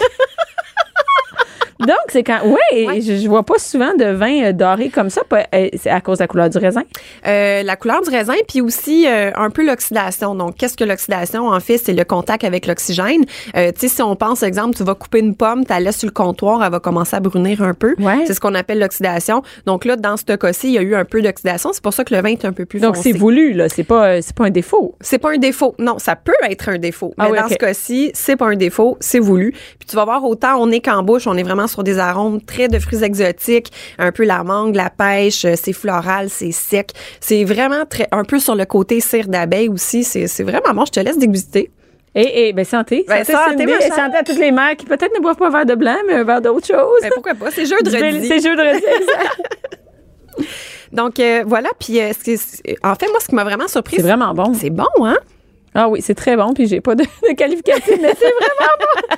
Speaker 3: Donc, c'est quand. Oui,
Speaker 5: Ouais.
Speaker 3: je, je vois pas souvent de vin euh, doré comme ça, pas- euh, c'est à cause de la couleur du raisin.
Speaker 5: Euh, la couleur du raisin, puis aussi euh, un peu l'oxydation. Donc, qu'est-ce que l'oxydation, en fait, c'est le contact avec l'oxygène. Euh, tu sais, si on pense, exemple, tu vas couper une pomme, tu la laisses sur le comptoir, elle va commencer à brunir un peu.
Speaker 3: Ouais.
Speaker 5: C'est ce qu'on appelle l'oxydation. Donc là, dans ce cas-ci, il y a eu un peu d'oxydation. C'est pour ça que le vin est un peu plus
Speaker 3: Donc,
Speaker 5: foncé.
Speaker 3: c'est voulu, là. C'est pas, euh, c'est pas un défaut.
Speaker 5: C'est pas un défaut. Non, ça peut être un défaut.
Speaker 3: Ah
Speaker 5: mais
Speaker 3: oui,
Speaker 5: dans
Speaker 3: ok.
Speaker 5: ce cas-ci, c'est pas un défaut, c'est voulu. Puis tu vas voir, autant on est qu'en bouche, on est vraiment sur des arômes très de fruits exotiques, un peu la mangue, la pêche, euh, c'est floral, c'est sec. C'est vraiment très, un peu sur le côté cire d'abeille aussi. C'est c'est vraiment bon. Je te laisse déguster.
Speaker 3: Et, et ben, santé.
Speaker 5: Ben, santé,
Speaker 3: Cindy,
Speaker 5: ma
Speaker 3: et
Speaker 5: chère.
Speaker 3: santé à toutes les mères qui peut-être ne boivent pas un verre de blanc, mais un verre d'autre chose.
Speaker 5: Ben, pourquoi pas? C'est jeudi.
Speaker 3: Du bel- C'est jeudi. exact.
Speaker 5: Donc euh, voilà. Puis euh, ce qui- c'est- en fait, moi, ce qui m'a vraiment surprise,
Speaker 3: c'est vraiment bon.
Speaker 5: c'est bon, hein?
Speaker 3: Ah oui, c'est très bon, puis j'ai pas de, de qualificatif, mais c'est vraiment bon.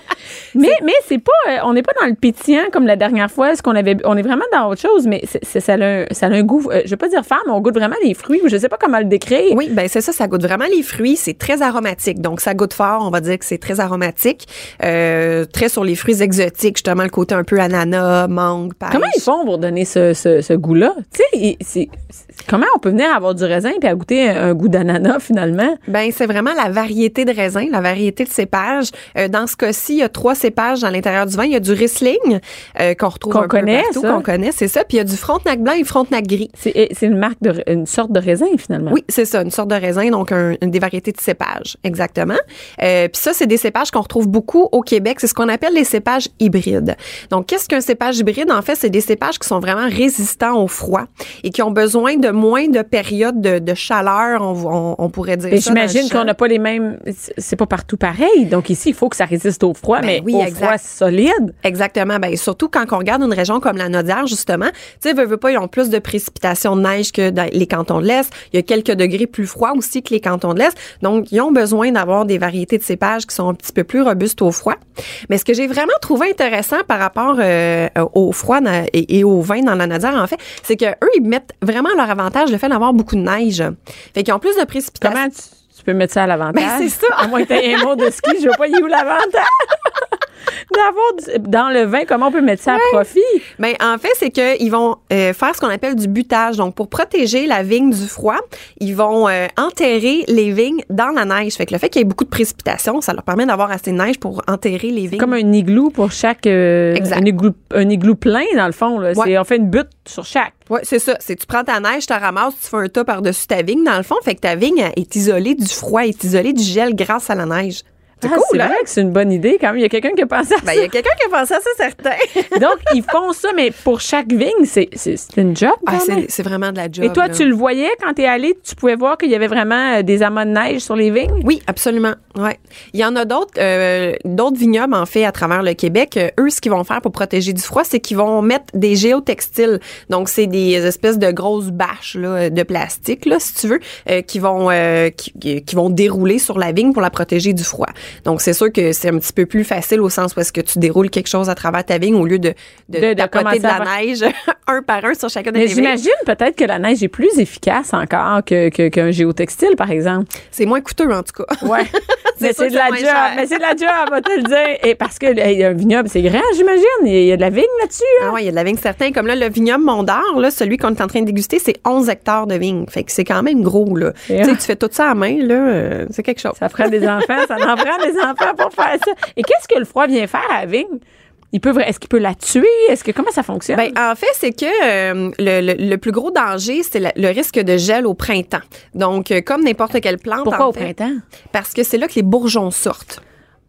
Speaker 3: Mais mais c'est pas, euh, on n'est pas dans le pétillant comme la dernière fois, ce qu'on avait, on est vraiment dans autre chose, mais c'est, c'est- ça, a un, ça a un goût, euh, je vais pas dire ferme, mais on goûte vraiment les fruits, ou je sais pas comment le décrire.
Speaker 5: Oui, ben c'est ça, ça goûte vraiment les fruits, c'est très aromatique. Donc ça goûte fort, on va dire que c'est très aromatique, euh, très sur les fruits exotiques, justement le côté un peu ananas, mangue, pêche.
Speaker 3: Comment ils font pour donner ce, ce- ce goût-là? Tu sais, il- c'est- c'est- comment on peut venir avoir du raisin puis à goûter un, un goût d'ananas finalement?
Speaker 5: Ben c'est vraiment la variété de raisin, la variété de cépage. Euh, dans ce cas-ci, il y a trois cépages à l'intérieur du vin, il y a du Riesling euh, qu'on retrouve
Speaker 3: Qu'on
Speaker 5: un peu
Speaker 3: connaît,
Speaker 5: partout,
Speaker 3: ça.
Speaker 5: qu'on connaît, c'est ça, puis il y a du Frontenac blanc et Frontenac gris.
Speaker 3: C'est, et c'est une marque, de, une sorte de raisin finalement.
Speaker 5: Oui, c'est ça, une sorte de raisin, donc un- une des variétés de cépages, exactement. Euh, Puis ça, c'est des cépages qu'on retrouve beaucoup au Québec. C'est ce qu'on appelle les cépages hybrides. Donc, qu'est-ce qu'un cépage hybride? En fait, c'est des cépages qui sont vraiment résistants au froid et qui ont besoin de moins de périodes de, de chaleur, on, on- on pourrait dire
Speaker 3: Mais
Speaker 5: ça dans le
Speaker 3: j'imagine
Speaker 5: champ.
Speaker 3: qu'on n'a pas les mêmes. C'est pas partout pareil. Donc ici, il faut que ça résiste au froid,
Speaker 5: Ben
Speaker 3: mais
Speaker 5: oui,
Speaker 3: au
Speaker 5: exact.
Speaker 3: froid solide.
Speaker 5: Exactement. Ben, surtout quand on regarde une région comme la Nodière, justement, tu sais, veux, veux pas, ils ont plus de précipitations de neige que dans les cantons de l'Est. Il y a quelques degrés plus froid aussi que les cantons de l'Est. Donc, ils ont besoin d'avoir des variétés de cépages qui sont un petit peu plus robustes au froid. Mais ce que j'ai vraiment trouvé intéressant par rapport euh, au froid dans- et, et au vin dans la Nodière, en fait, c'est que eux, ils mettent vraiment leur avantage le fait d'avoir beaucoup de neige. Fait qu'ils ont plus de précipitations.
Speaker 3: Comment tu, tu peux mettre ça à l'avantage?
Speaker 5: Ben, c'est ça.
Speaker 3: À moins que tu un mot de ski, je vois pas, il est où l'avantage? D'avoir du- dans le vin, comment on peut mettre ça à profit?
Speaker 5: Ben, en fait, c'est qu'ils vont euh, faire ce qu'on appelle du butage. Donc, pour protéger la vigne du froid, ils vont euh, enterrer les vignes dans la neige. Fait que le fait qu'il y ait beaucoup de précipitations, ça leur permet d'avoir assez de neige pour enterrer les vignes.
Speaker 3: Comme un igloo pour chaque. euh,
Speaker 5: Exact.
Speaker 3: Un igloo, un igloo plein, dans le fond. Là.
Speaker 5: Ouais.
Speaker 3: C'est- on fait une butte sur chaque.
Speaker 5: Oui, c'est ça. C'est tu prends ta neige, tu la ramasses, tu fais un tas par-dessus ta vigne, dans le fond. Fait que ta vigne elle est isolée du froid, elle est isolée du gel grâce à la neige. C'est
Speaker 3: Ah,
Speaker 5: cool,
Speaker 3: c'est
Speaker 5: hein?
Speaker 3: vrai que c'est une bonne idée quand même. Il y a quelqu'un qui a pensé à
Speaker 5: Ben,
Speaker 3: ça.
Speaker 5: il y a quelqu'un qui a pensé à ça, certain.
Speaker 3: Donc, ils font ça, mais pour chaque vigne, c'est, c'est, c'est une job.
Speaker 5: Ah,
Speaker 3: quand même.
Speaker 5: c'est, c'est vraiment de la job.
Speaker 3: Et toi,
Speaker 5: là.
Speaker 3: tu le voyais quand t'es allé, tu pouvais voir qu'il y avait vraiment euh, des amas de neige sur les vignes?
Speaker 5: Oui, absolument. Ouais. Il y en a d'autres, euh, d'autres vignobles en fait à travers le Québec. Euh, eux, ce qu'ils vont faire pour protéger du froid, c'est qu'ils vont mettre des géotextiles. Donc, c'est des espèces de grosses bâches là, de plastique, là, si tu veux, euh, qui vont euh, qui, qui- qui vont dérouler sur la vigne pour la protéger du froid. Donc, c'est sûr que c'est un petit peu plus facile au sens où est-ce que tu déroules quelque chose à travers ta vigne au lieu de
Speaker 3: De-
Speaker 5: de,
Speaker 3: de
Speaker 5: tapoter de
Speaker 3: commencer à
Speaker 5: la neige un par un sur chacun de
Speaker 3: Mais
Speaker 5: tes vignes.
Speaker 3: j'imagine peut-être que la neige est plus efficace encore que, que- qu'un géotextile, par exemple.
Speaker 5: C'est moins coûteux en tout cas.
Speaker 3: Ouais. mais
Speaker 5: sûr
Speaker 3: c'est
Speaker 5: que
Speaker 3: de la
Speaker 5: c'est moins
Speaker 3: job.
Speaker 5: cher.
Speaker 3: Mais c'est de la job, on va te le dire. Et parce que hey, un vignoble, c'est grand, j'imagine. Il y a- il y a de la vigne là-dessus. hein.
Speaker 5: Ah ouais, il y a de la vigne certaine. Comme là, le vignoble Mondor, là, celui qu'on est en train de déguster, c'est 11 hectares de vigne. Fait que c'est quand même gros, là.
Speaker 3: Et
Speaker 5: Tu sais,
Speaker 3: ouais.
Speaker 5: tu fais tout ça à main, là, euh, c'est quelque chose.
Speaker 3: Ça prend des enfants, ça en prend des enfants pour faire ça. Et qu'est-ce que le froid vient faire à la vigne? Il peut, est-ce qu'il peut la tuer? Est-ce que, comment ça fonctionne?
Speaker 5: Ben, en fait, c'est que euh, le, le- le plus gros danger, c'est la- le risque de gel au printemps. Donc, euh, comme n'importe quelle plante.
Speaker 3: Pourquoi
Speaker 5: en
Speaker 3: au
Speaker 5: fait,
Speaker 3: printemps?
Speaker 5: Parce que c'est là que les bourgeons sortent.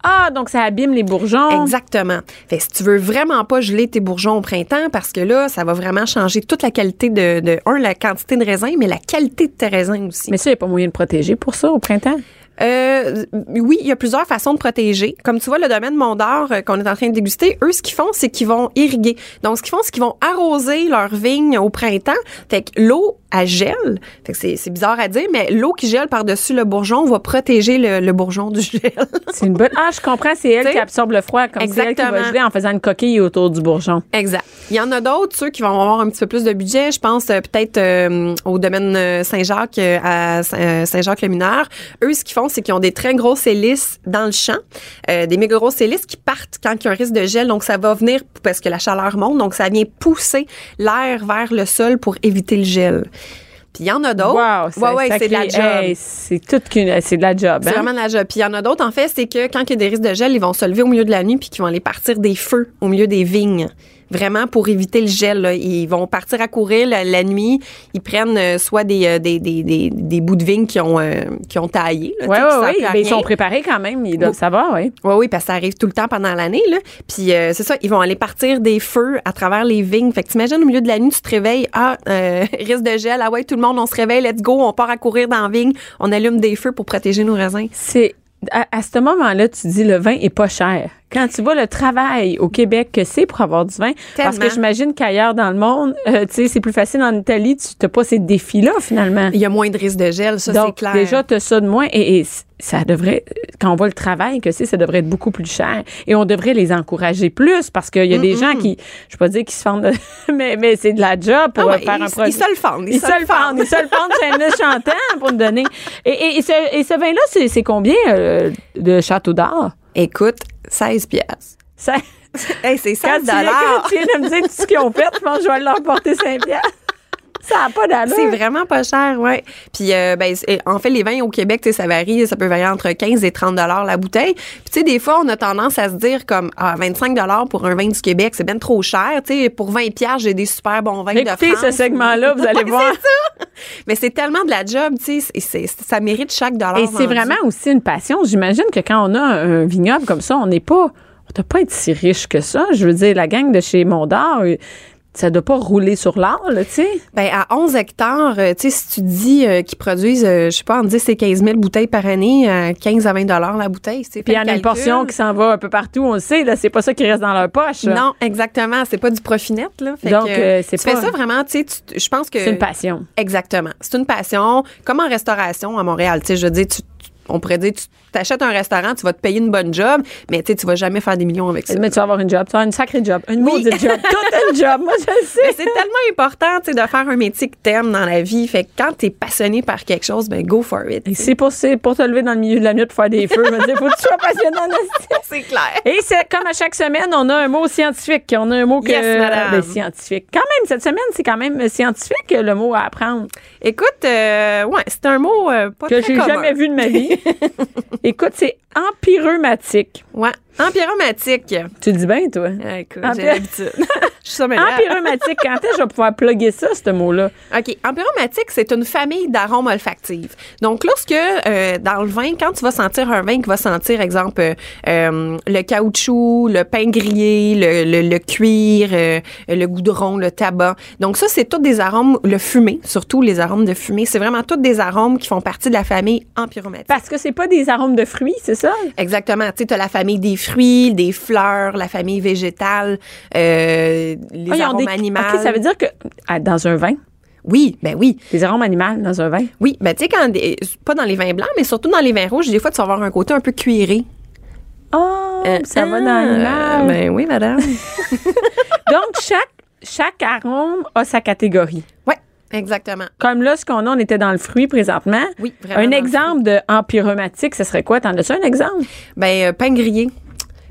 Speaker 3: Ah, donc ça abîme les bourgeons.
Speaker 5: Exactement. Fait que si tu veux vraiment pas geler tes bourgeons au printemps, parce que là, ça va vraiment changer toute la qualité de, de un, la quantité de raisin, mais la qualité de tes raisins aussi.
Speaker 3: Mais ça, il n'y a pas moyen de protéger pour ça au printemps.
Speaker 5: Euh, oui, il y a plusieurs façons de protéger. Comme tu vois, le domaine Mondor euh, qu'on est en train de déguster, eux, ce qu'ils font, c'est qu'ils vont irriguer. Donc, ce qu'ils font, c'est qu'ils vont arroser leurs vignes au printemps. Fait que l'eau, elle gèle. Fait que c'est c'est bizarre à dire, mais l'eau qui gèle par-dessus le bourgeon va protéger le, le bourgeon du gel.
Speaker 3: C'est une bonne. Ah, je comprends, c'est elle
Speaker 5: T'sais?
Speaker 3: qui absorbe le froid, comme c'est elle qui va
Speaker 5: Exactement.
Speaker 3: geler en faisant une coquille autour du bourgeon.
Speaker 5: exact. Il y en a d'autres, ceux qui vont avoir un petit peu plus de budget. Je pense euh, peut-être euh, au domaine euh, Saint-Jacques, euh, à Saint- euh, Saint-Jacques-le-Mineur. Eux, ce qu'ils font, c'est qu'ils ont des très grosses hélices dans le champ. euh, des méga grosses hélices qui partent quand il y a un risque de gel. Donc, ça va venir parce que la chaleur monte. Donc, ça vient pousser l'air vers le sol pour éviter le gel. Puis, il y en a d'autres.
Speaker 3: Wow, c'est
Speaker 5: ouais, ouais,
Speaker 3: sacré.
Speaker 5: c'est de la job.
Speaker 3: Hey, c'est tout qu'une. C'est de la job.
Speaker 5: C'est
Speaker 3: hein?
Speaker 5: vraiment de la job. Puis il y en a d'autres, en fait, c'est que quand il y a des risques de gel, ils vont se lever au milieu de la nuit puis qu'ils vont aller partir des feux au milieu des vignes. Vraiment pour éviter le gel. là. Ils vont partir à courir la, la nuit. Ils prennent euh, soit des, euh, des, des, des, des bouts de vignes qui ont, euh, qui ont taillé. là, tu
Speaker 3: Ouais,
Speaker 5: sais, qui
Speaker 3: ouais, ouais.
Speaker 5: servent plus à
Speaker 3: Ben, ils
Speaker 5: rien.
Speaker 3: sont préparés quand même. Ils doivent
Speaker 5: Oui.
Speaker 3: savoir, oui.
Speaker 5: Oui, oui, parce que ça arrive tout le temps pendant l'année, là. Puis euh, c'est ça, ils vont aller partir des feux à travers les vignes. Fait que t'imagines au milieu de la nuit, tu te réveilles, ah, euh, risque de gel, ah ouais, tout le monde, on se réveille, let's go, on part à courir dans la vigne, on allume des feux pour protéger nos raisins.
Speaker 3: C'est. À, à ce moment-là, tu dis le vin est pas cher. Quand tu vois le travail au Québec que c'est pour avoir du vin, parce que
Speaker 5: Tellement.
Speaker 3: j'imagine qu'ailleurs dans le monde, euh, tu sais, c'est plus facile en Italie, tu n'as pas ces défis-là finalement.
Speaker 5: Il y a moins de risques de gel, ça, c'est
Speaker 3: Donc,
Speaker 5: clair.
Speaker 3: déjà, tu as ça de moins et, et c- ça devrait, quand on voit le travail que c'est, ça devrait être beaucoup plus cher. Et on devrait les encourager plus parce qu'il y a des
Speaker 5: Mm,
Speaker 3: gens qui, je ne pas dire qui se fendent, de- mais, mais c'est de la job pour
Speaker 5: Ah ouais,
Speaker 3: euh, faire
Speaker 5: ils-
Speaker 3: un produit.
Speaker 5: ils se le fendent, ils
Speaker 3: Ils se le fendent. Ils se le fendent chez le chantant pour le donner. Et, et- et ce, et ce vin-là, c'est c'est combien euh, de Château d'Or?
Speaker 5: Écoute, 16 piastres.
Speaker 3: Ça,
Speaker 5: Hey, c'est
Speaker 3: quand
Speaker 5: 16
Speaker 3: tu viens, quand
Speaker 5: dollars.
Speaker 3: tu viens de me dire tout ce qu'ils ont fait, je pense que je vais leur porter 5 piastres. Ça n'a pas d'allure.
Speaker 5: C'est vraiment pas cher, ouais. Puis euh, ben c'est- en fait les vins au Québec, tu sais, ça varie, ça peut varier entre 15 et 30 dollars la bouteille. Puis tu sais des fois on a tendance à se dire comme ah 25 dollars pour un vin du Québec, c'est bien trop cher, tu sais pour 20 piastres, j'ai des super bons vins de
Speaker 3: Écoutez
Speaker 5: France.
Speaker 3: ce segment-là, vous allez
Speaker 5: C'est
Speaker 3: voir.
Speaker 5: ça. Mais c'est tellement de la job, tu sais, c'est- c'est- ça mérite chaque dollar.
Speaker 3: Et c'est
Speaker 5: vendu.
Speaker 3: vraiment aussi une passion. J'imagine que quand on a un vignoble comme ça, on n'est pas. On doit pas être si riche que ça. Je veux dire, la gang de chez Mondor, euh, ça doit pas rouler sur l'or, là, tu sais.
Speaker 5: Ben, à 11 hectares, euh, tu sais, si tu dis euh, qu'ils produisent, euh, je sais pas, entre 10 et 15 000 bouteilles par année, à 15 à 20 dollars la bouteille, c'est
Speaker 3: Puis il y en a une portion qui s'en va un peu partout, on le sait, là, c'est pas ça qui reste dans leur poche.
Speaker 5: Non, exactement. C'est pas du profit net, là. Fait
Speaker 3: Donc,
Speaker 5: que,
Speaker 3: euh, c'est
Speaker 5: tu
Speaker 3: pas-
Speaker 5: fais ça vraiment, tu sais, tu- je pense que...
Speaker 3: C'est une passion.
Speaker 5: Exactement. C'est une passion. Comme en restauration à Montréal, tu sais, je veux dire, tu- tu- on pourrait dire, tu t'achètes un restaurant, tu vas te payer une bonne job, mais tu sais, tu vas jamais faire des millions avec ça.
Speaker 3: Mais tu vas avoir une job. Tu vas avoir une sacrée job. Une maudite job. Toute une job. Moi, je le
Speaker 5: Mais
Speaker 3: sais.
Speaker 5: c'est tellement important, tu sais, de faire un métier que t'aimes dans la vie. Fait que quand t'es passionné par quelque chose, ben go for it.
Speaker 3: Et c'est pour, c'est pour te lever dans le milieu de la nuit pour faire des feux. Je me dis, faut que tu sois passionné en esti.
Speaker 5: C'est clair.
Speaker 3: Et c'est comme à chaque semaine, on a un mot scientifique. On a un mot que
Speaker 5: Yes, madame.
Speaker 3: Ben, scientifique. Quand même, cette semaine, c'est quand même scientifique le mot à apprendre
Speaker 5: Écoute, euh, ouais, c'est un mot euh, pas
Speaker 3: que
Speaker 5: très
Speaker 3: j'ai
Speaker 5: commun.
Speaker 3: jamais vu de ma vie. Écoute, c'est empireumatique.
Speaker 5: Ouais, empyromatique.
Speaker 3: Tu le dis bien, toi?
Speaker 5: Ah, écoute,
Speaker 3: Empire-
Speaker 5: j'ai l'habitude. Je suis sommelière.
Speaker 3: Empireumatique. Quand est-ce que je vais pouvoir plugger ça, ce mot-là?
Speaker 5: OK. Empyromatique, c'est une famille d'arômes olfactifs. Donc, lorsque, euh, dans le vin, quand tu vas sentir un vin qui va sentir, exemple, euh, euh, le caoutchouc, le pain grillé, le, le- le cuir, euh, le goudron, le tabac. Donc, ça, c'est tous des arômes, le fumé, surtout les arômes de fumée. C'est vraiment tous des arômes qui font partie de la famille empyromatique.
Speaker 3: Parce que c'est pas des arômes de fruits, c'est ça?
Speaker 5: Exactement. Tu sais, t'as la famille des fruits, des fleurs, la famille végétale, euh, les
Speaker 3: Ah, ils ont
Speaker 5: arômes
Speaker 3: des-
Speaker 5: animaux.
Speaker 3: OK, ça veut dire que ah, dans un vin,
Speaker 5: Oui, ben oui.
Speaker 3: des arômes animaux dans un vin.
Speaker 5: Oui, ben tu sais, quand des- pas dans les vins blancs, mais surtout dans les vins rouges, des fois, tu vas avoir un côté un peu cuiré.
Speaker 3: Oh, ça va dans
Speaker 5: Ah,
Speaker 3: l'animal.
Speaker 5: Ben oui, madame.
Speaker 3: Donc, chaque, chaque arôme a sa catégorie.
Speaker 5: oui, exactement.
Speaker 3: Comme là, ce qu'on a, on était dans le fruit présentement.
Speaker 5: Oui, vraiment
Speaker 3: Un
Speaker 5: dans le
Speaker 3: exemple de empyromatique, ce serait quoi? T'en as-tu un exemple?
Speaker 5: Ben, euh, pain grillé.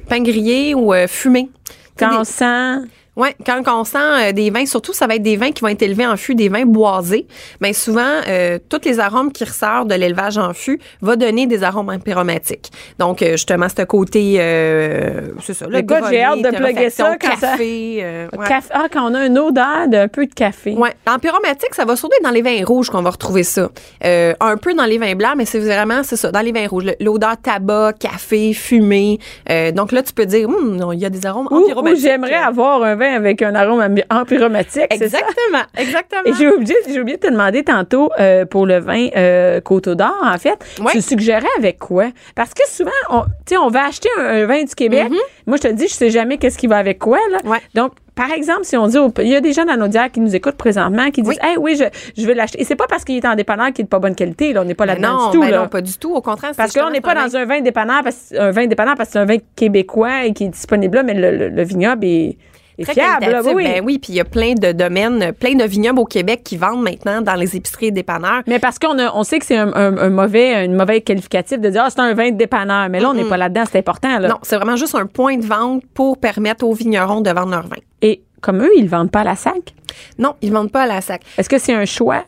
Speaker 5: Pain grillé ou euh, fumé. Tu sais,
Speaker 3: Quand on
Speaker 5: des-
Speaker 3: sent...
Speaker 5: Ouais, quand on sent euh, des vins, surtout, ça va être des vins qui vont être élevés en fût, des vins boisés. Mais souvent, euh, tous les arômes qui ressortent de l'élevage en fût va donner des arômes empyromatiques. Donc, euh, justement, ce côté, euh, c'est ça. le
Speaker 3: Écoute, j'ai hâte de
Speaker 5: grenier,
Speaker 3: plugger ça quand ça-
Speaker 5: café, euh, ouais.
Speaker 3: caf- Ah, quand on a une odeur d'un peu de café.
Speaker 5: Ouais, l'empyromatique, ça va surtout être dans les vins rouges qu'on va retrouver ça. Euh, un peu dans les vins blancs, mais c'est vraiment c'est ça, dans les vins rouges, Le- l'odeur tabac, café, fumée. Euh, donc là, tu peux dire, Hum, non, il y a des arômes
Speaker 3: Ou, ou
Speaker 5: empyromatiques.
Speaker 3: j'aimerais avoir un vin avec un arôme ami- empyromatique, c'est ça?
Speaker 5: Exactement,
Speaker 3: Et
Speaker 5: exactement.
Speaker 3: j'ai oublié, j'ai oublié de te demander tantôt euh, pour le vin euh, Coteau d'Or, en fait.
Speaker 5: Ouais.
Speaker 3: Tu suggérais avec quoi? Parce que souvent, on, tu sais, on va acheter un, un vin du Québec. Moi, je te dis, je sais jamais qu'est-ce qui va avec quoi. Là.
Speaker 5: Mhm. Ouais.
Speaker 3: Donc, par exemple, si on dit, au- il y a des gens dans nos diaires qui nous écoutent présentement, qui disent,
Speaker 5: Oui.
Speaker 3: oui. hey, oui, je, je veux l'acheter. Et c'est pas parce qu'il est en dépanneur qu'il est de pas bonne qualité. Là, on n'est pas
Speaker 5: Mais
Speaker 3: là-dedans
Speaker 5: non,
Speaker 3: du tout.
Speaker 5: ben
Speaker 3: là.
Speaker 5: non, pas du tout. Au contraire,
Speaker 3: Parce que là, on n'est pas dans un vin dépanneur, parce, un vin dépanneur parce que c'est un vin québécois et qui est disponible là, mais le, le- le vignoble est, est
Speaker 5: Très
Speaker 3: fiable. là,
Speaker 5: qualitatif.
Speaker 3: oui, oui.
Speaker 5: Ben oui, puis il y a plein de domaines, plein de vignobles au Québec qui vendent maintenant dans les épiceries et dépanneurs.
Speaker 3: Mais parce qu'on a- on sait que c'est un, un- un mauvais, une mauvaise qualificatif de dire ah, c'est un vin de dépanneur. Mais là, on n'est pas là-dedans, c'est important. Là.
Speaker 5: Non, c'est vraiment juste un point de vente pour permettre aux vignerons de vendre leur vin.
Speaker 3: Et comme eux, ils ne vendent pas à la sac.
Speaker 5: Non, ils vendent pas à la sac.
Speaker 3: Est-ce que c'est un choix?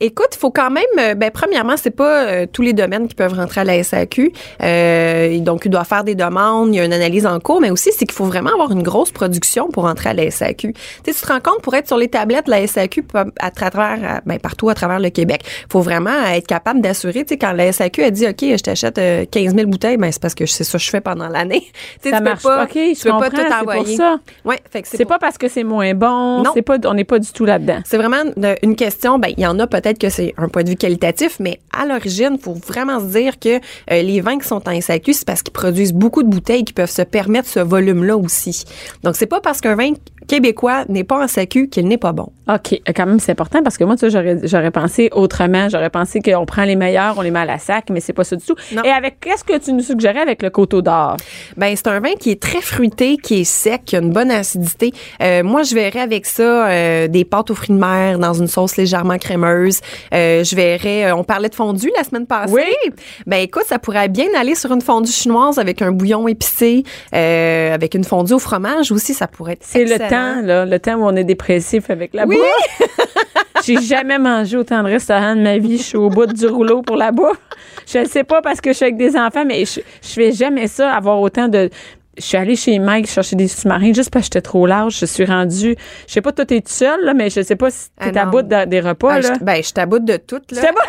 Speaker 5: Écoute, il faut quand même, euh, ben premièrement, c'est pas euh, tous les domaines qui peuvent rentrer à la SAQ. Euh, donc, il doit faire des demandes, il y a une analyse en cours, mais aussi, c'est qu'il faut vraiment avoir une grosse production pour rentrer à la SAQ. Tu sais, tu te rends compte, pour être sur les tablettes, la SAQ, pa- à travers, à- ben, partout à travers le Québec, faut vraiment être capable d'assurer, tu sais, quand la SAQ a dit, OK, je t'achète euh, 15 000 bouteilles, ben c'est parce que c'est ça que je fais pendant l'année. Tu sais,
Speaker 3: Ça
Speaker 5: tu
Speaker 3: marche
Speaker 5: peux pas,
Speaker 3: pas. OK, je
Speaker 5: tu peux pas
Speaker 3: comprends, c'est
Speaker 5: tout
Speaker 3: pour
Speaker 5: envoyer.
Speaker 3: ça.
Speaker 5: Ouais, fait que
Speaker 3: C'est pas parce que c'est moins bon.
Speaker 5: Non.
Speaker 3: c'est Pas, on n'est pas du tout là-dedans.
Speaker 5: c'est vraiment de- une question, ben, il y en a peut-être que c'est un point de vue qualitatif, mais à l'origine, faut vraiment se dire que euh, les vins qui sont en SAQ, c'est parce qu'ils produisent beaucoup de bouteilles qui peuvent se permettre ce volume-là aussi. Donc, c'est pas parce qu'un vin québécois n'est pas en SAQ qu'il n'est pas bon.
Speaker 3: OK, euh, quand même, c'est important parce que moi, tu sais, j'aurais, j'aurais pensé autrement. J'aurais pensé qu'on prend les meilleurs, on les met à la sac, mais c'est pas ça du tout.
Speaker 5: Non.
Speaker 3: Et avec, qu'est-ce que tu nous suggérais avec le coteau d'or?
Speaker 5: Ben, c'est un vin qui est très fruité, qui est sec, qui a une bonne acidité. Euh, moi, je verrais avec ça euh, des pâtes aux fruits de mer dans une sauce légèrement crémeuse. Euh, je verrais, euh, on parlait de fondue la semaine passée.
Speaker 3: Oui.
Speaker 5: Ben, écoute, ça pourrait bien aller sur une fondue chinoise avec un bouillon épicé, euh, avec une fondue au fromage aussi, ça pourrait être
Speaker 3: C'est le
Speaker 5: excellent.
Speaker 3: temps, là, le temps où on est dépressif avec la
Speaker 5: Oui.
Speaker 3: bouffe. J'ai jamais mangé autant de restaurants de ma vie. Je suis au bout du rouleau pour la bouffe. Je ne sais pas parce que je suis avec des enfants, mais je, je fais jamais ça, avoir autant de. Je suis allée chez Mike chercher des sous-marins juste parce que j'étais trop large. Je suis rendue. Je sais pas, toi, t'es toute seule, là, mais je sais pas si t'es
Speaker 5: Ah
Speaker 3: à
Speaker 5: non.
Speaker 3: bout de- des repas,
Speaker 5: Ah,
Speaker 3: là.
Speaker 5: je- ben, je t'aboute de tout, là.
Speaker 3: J'étais pas-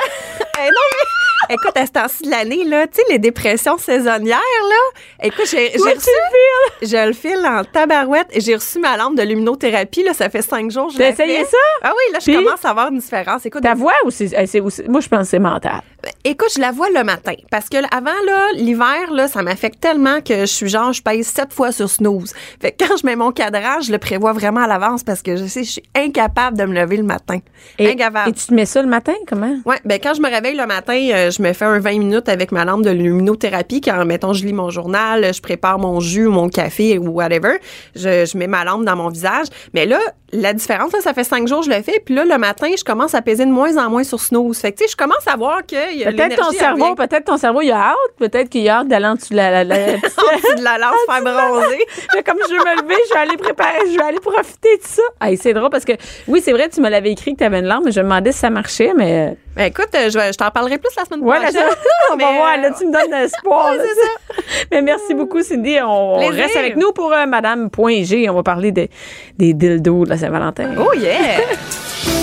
Speaker 5: Eh non, mais- Écoute, à ce temps-ci de l'année, là, tu sais, les dépressions saisonnières, là. Écoute, j'ai j'ai
Speaker 3: Toi, tu
Speaker 5: reçu. Je le file en tabarouette. J'ai reçu ma lampe de luminothérapie, là. Ça fait cinq jours. que je
Speaker 3: T'as
Speaker 5: la
Speaker 3: essayé
Speaker 5: fais.
Speaker 3: ça?
Speaker 5: Ah oui, là, je
Speaker 3: Puis?
Speaker 5: commence à avoir une différence. Écoute, ben,
Speaker 3: Ta voix ou c'est, eh, c'est aussi- moi je pense que c'est mental.
Speaker 5: écoute, je la vois le matin. Parce que avant, là, l'hiver, là, ça m'affecte tellement que je suis genre, je pèse sept fois sur snooze. Fait que quand je mets mon cadran, je le prévois vraiment à l'avance parce que je sais, je suis incapable de me lever le matin.
Speaker 3: Et,
Speaker 5: incapable.
Speaker 3: et tu te mets ça le matin, comment?
Speaker 5: Ouais, ben quand je me réveille le matin, euh, je me fais un 20 minutes avec ma lampe de luminothérapie quand mettons je lis mon journal, je prépare mon jus ou mon café ou whatever, je, je mets ma lampe dans mon visage. Mais là, la différence là, ça fait cinq jours que je le fais, puis là le matin, je commence à peser de moins en moins sur snooze. Fait que tu sais, je commence à voir que il y a
Speaker 3: Peut-être ton
Speaker 5: l'énergie, elle
Speaker 3: cerveau,
Speaker 5: revient
Speaker 3: peut-être ton cerveau, il a hâte. Peut-être qu'il a hâte d'aller en dessous de la. la, la- la-
Speaker 5: en dessous de la lampe faire bronzer.
Speaker 3: Mais comme je vais me lever, je vais aller préparer, je vais aller profiter de ça. Hey, c'est drôle parce que, oui, c'est vrai, tu me l'avais écrit que tu avais une lampe, mais je me demandais si ça marchait, mais.
Speaker 5: Ben, écoute, euh, je, vais- je t'en parlerai plus la semaine
Speaker 3: Ouais, là,
Speaker 5: prochaine.
Speaker 3: on va
Speaker 5: Mais,
Speaker 3: voir,
Speaker 5: euh,
Speaker 3: là, tu me donnes espoir.
Speaker 5: Ouais,
Speaker 3: là.
Speaker 5: c'est ça.
Speaker 3: Mais merci beaucoup, Cindy. On, on
Speaker 5: Plaisir.
Speaker 3: reste avec nous pour euh, Madame.g. On va parler des- des dildos de la Saint-Valentin.
Speaker 5: Oh yeah!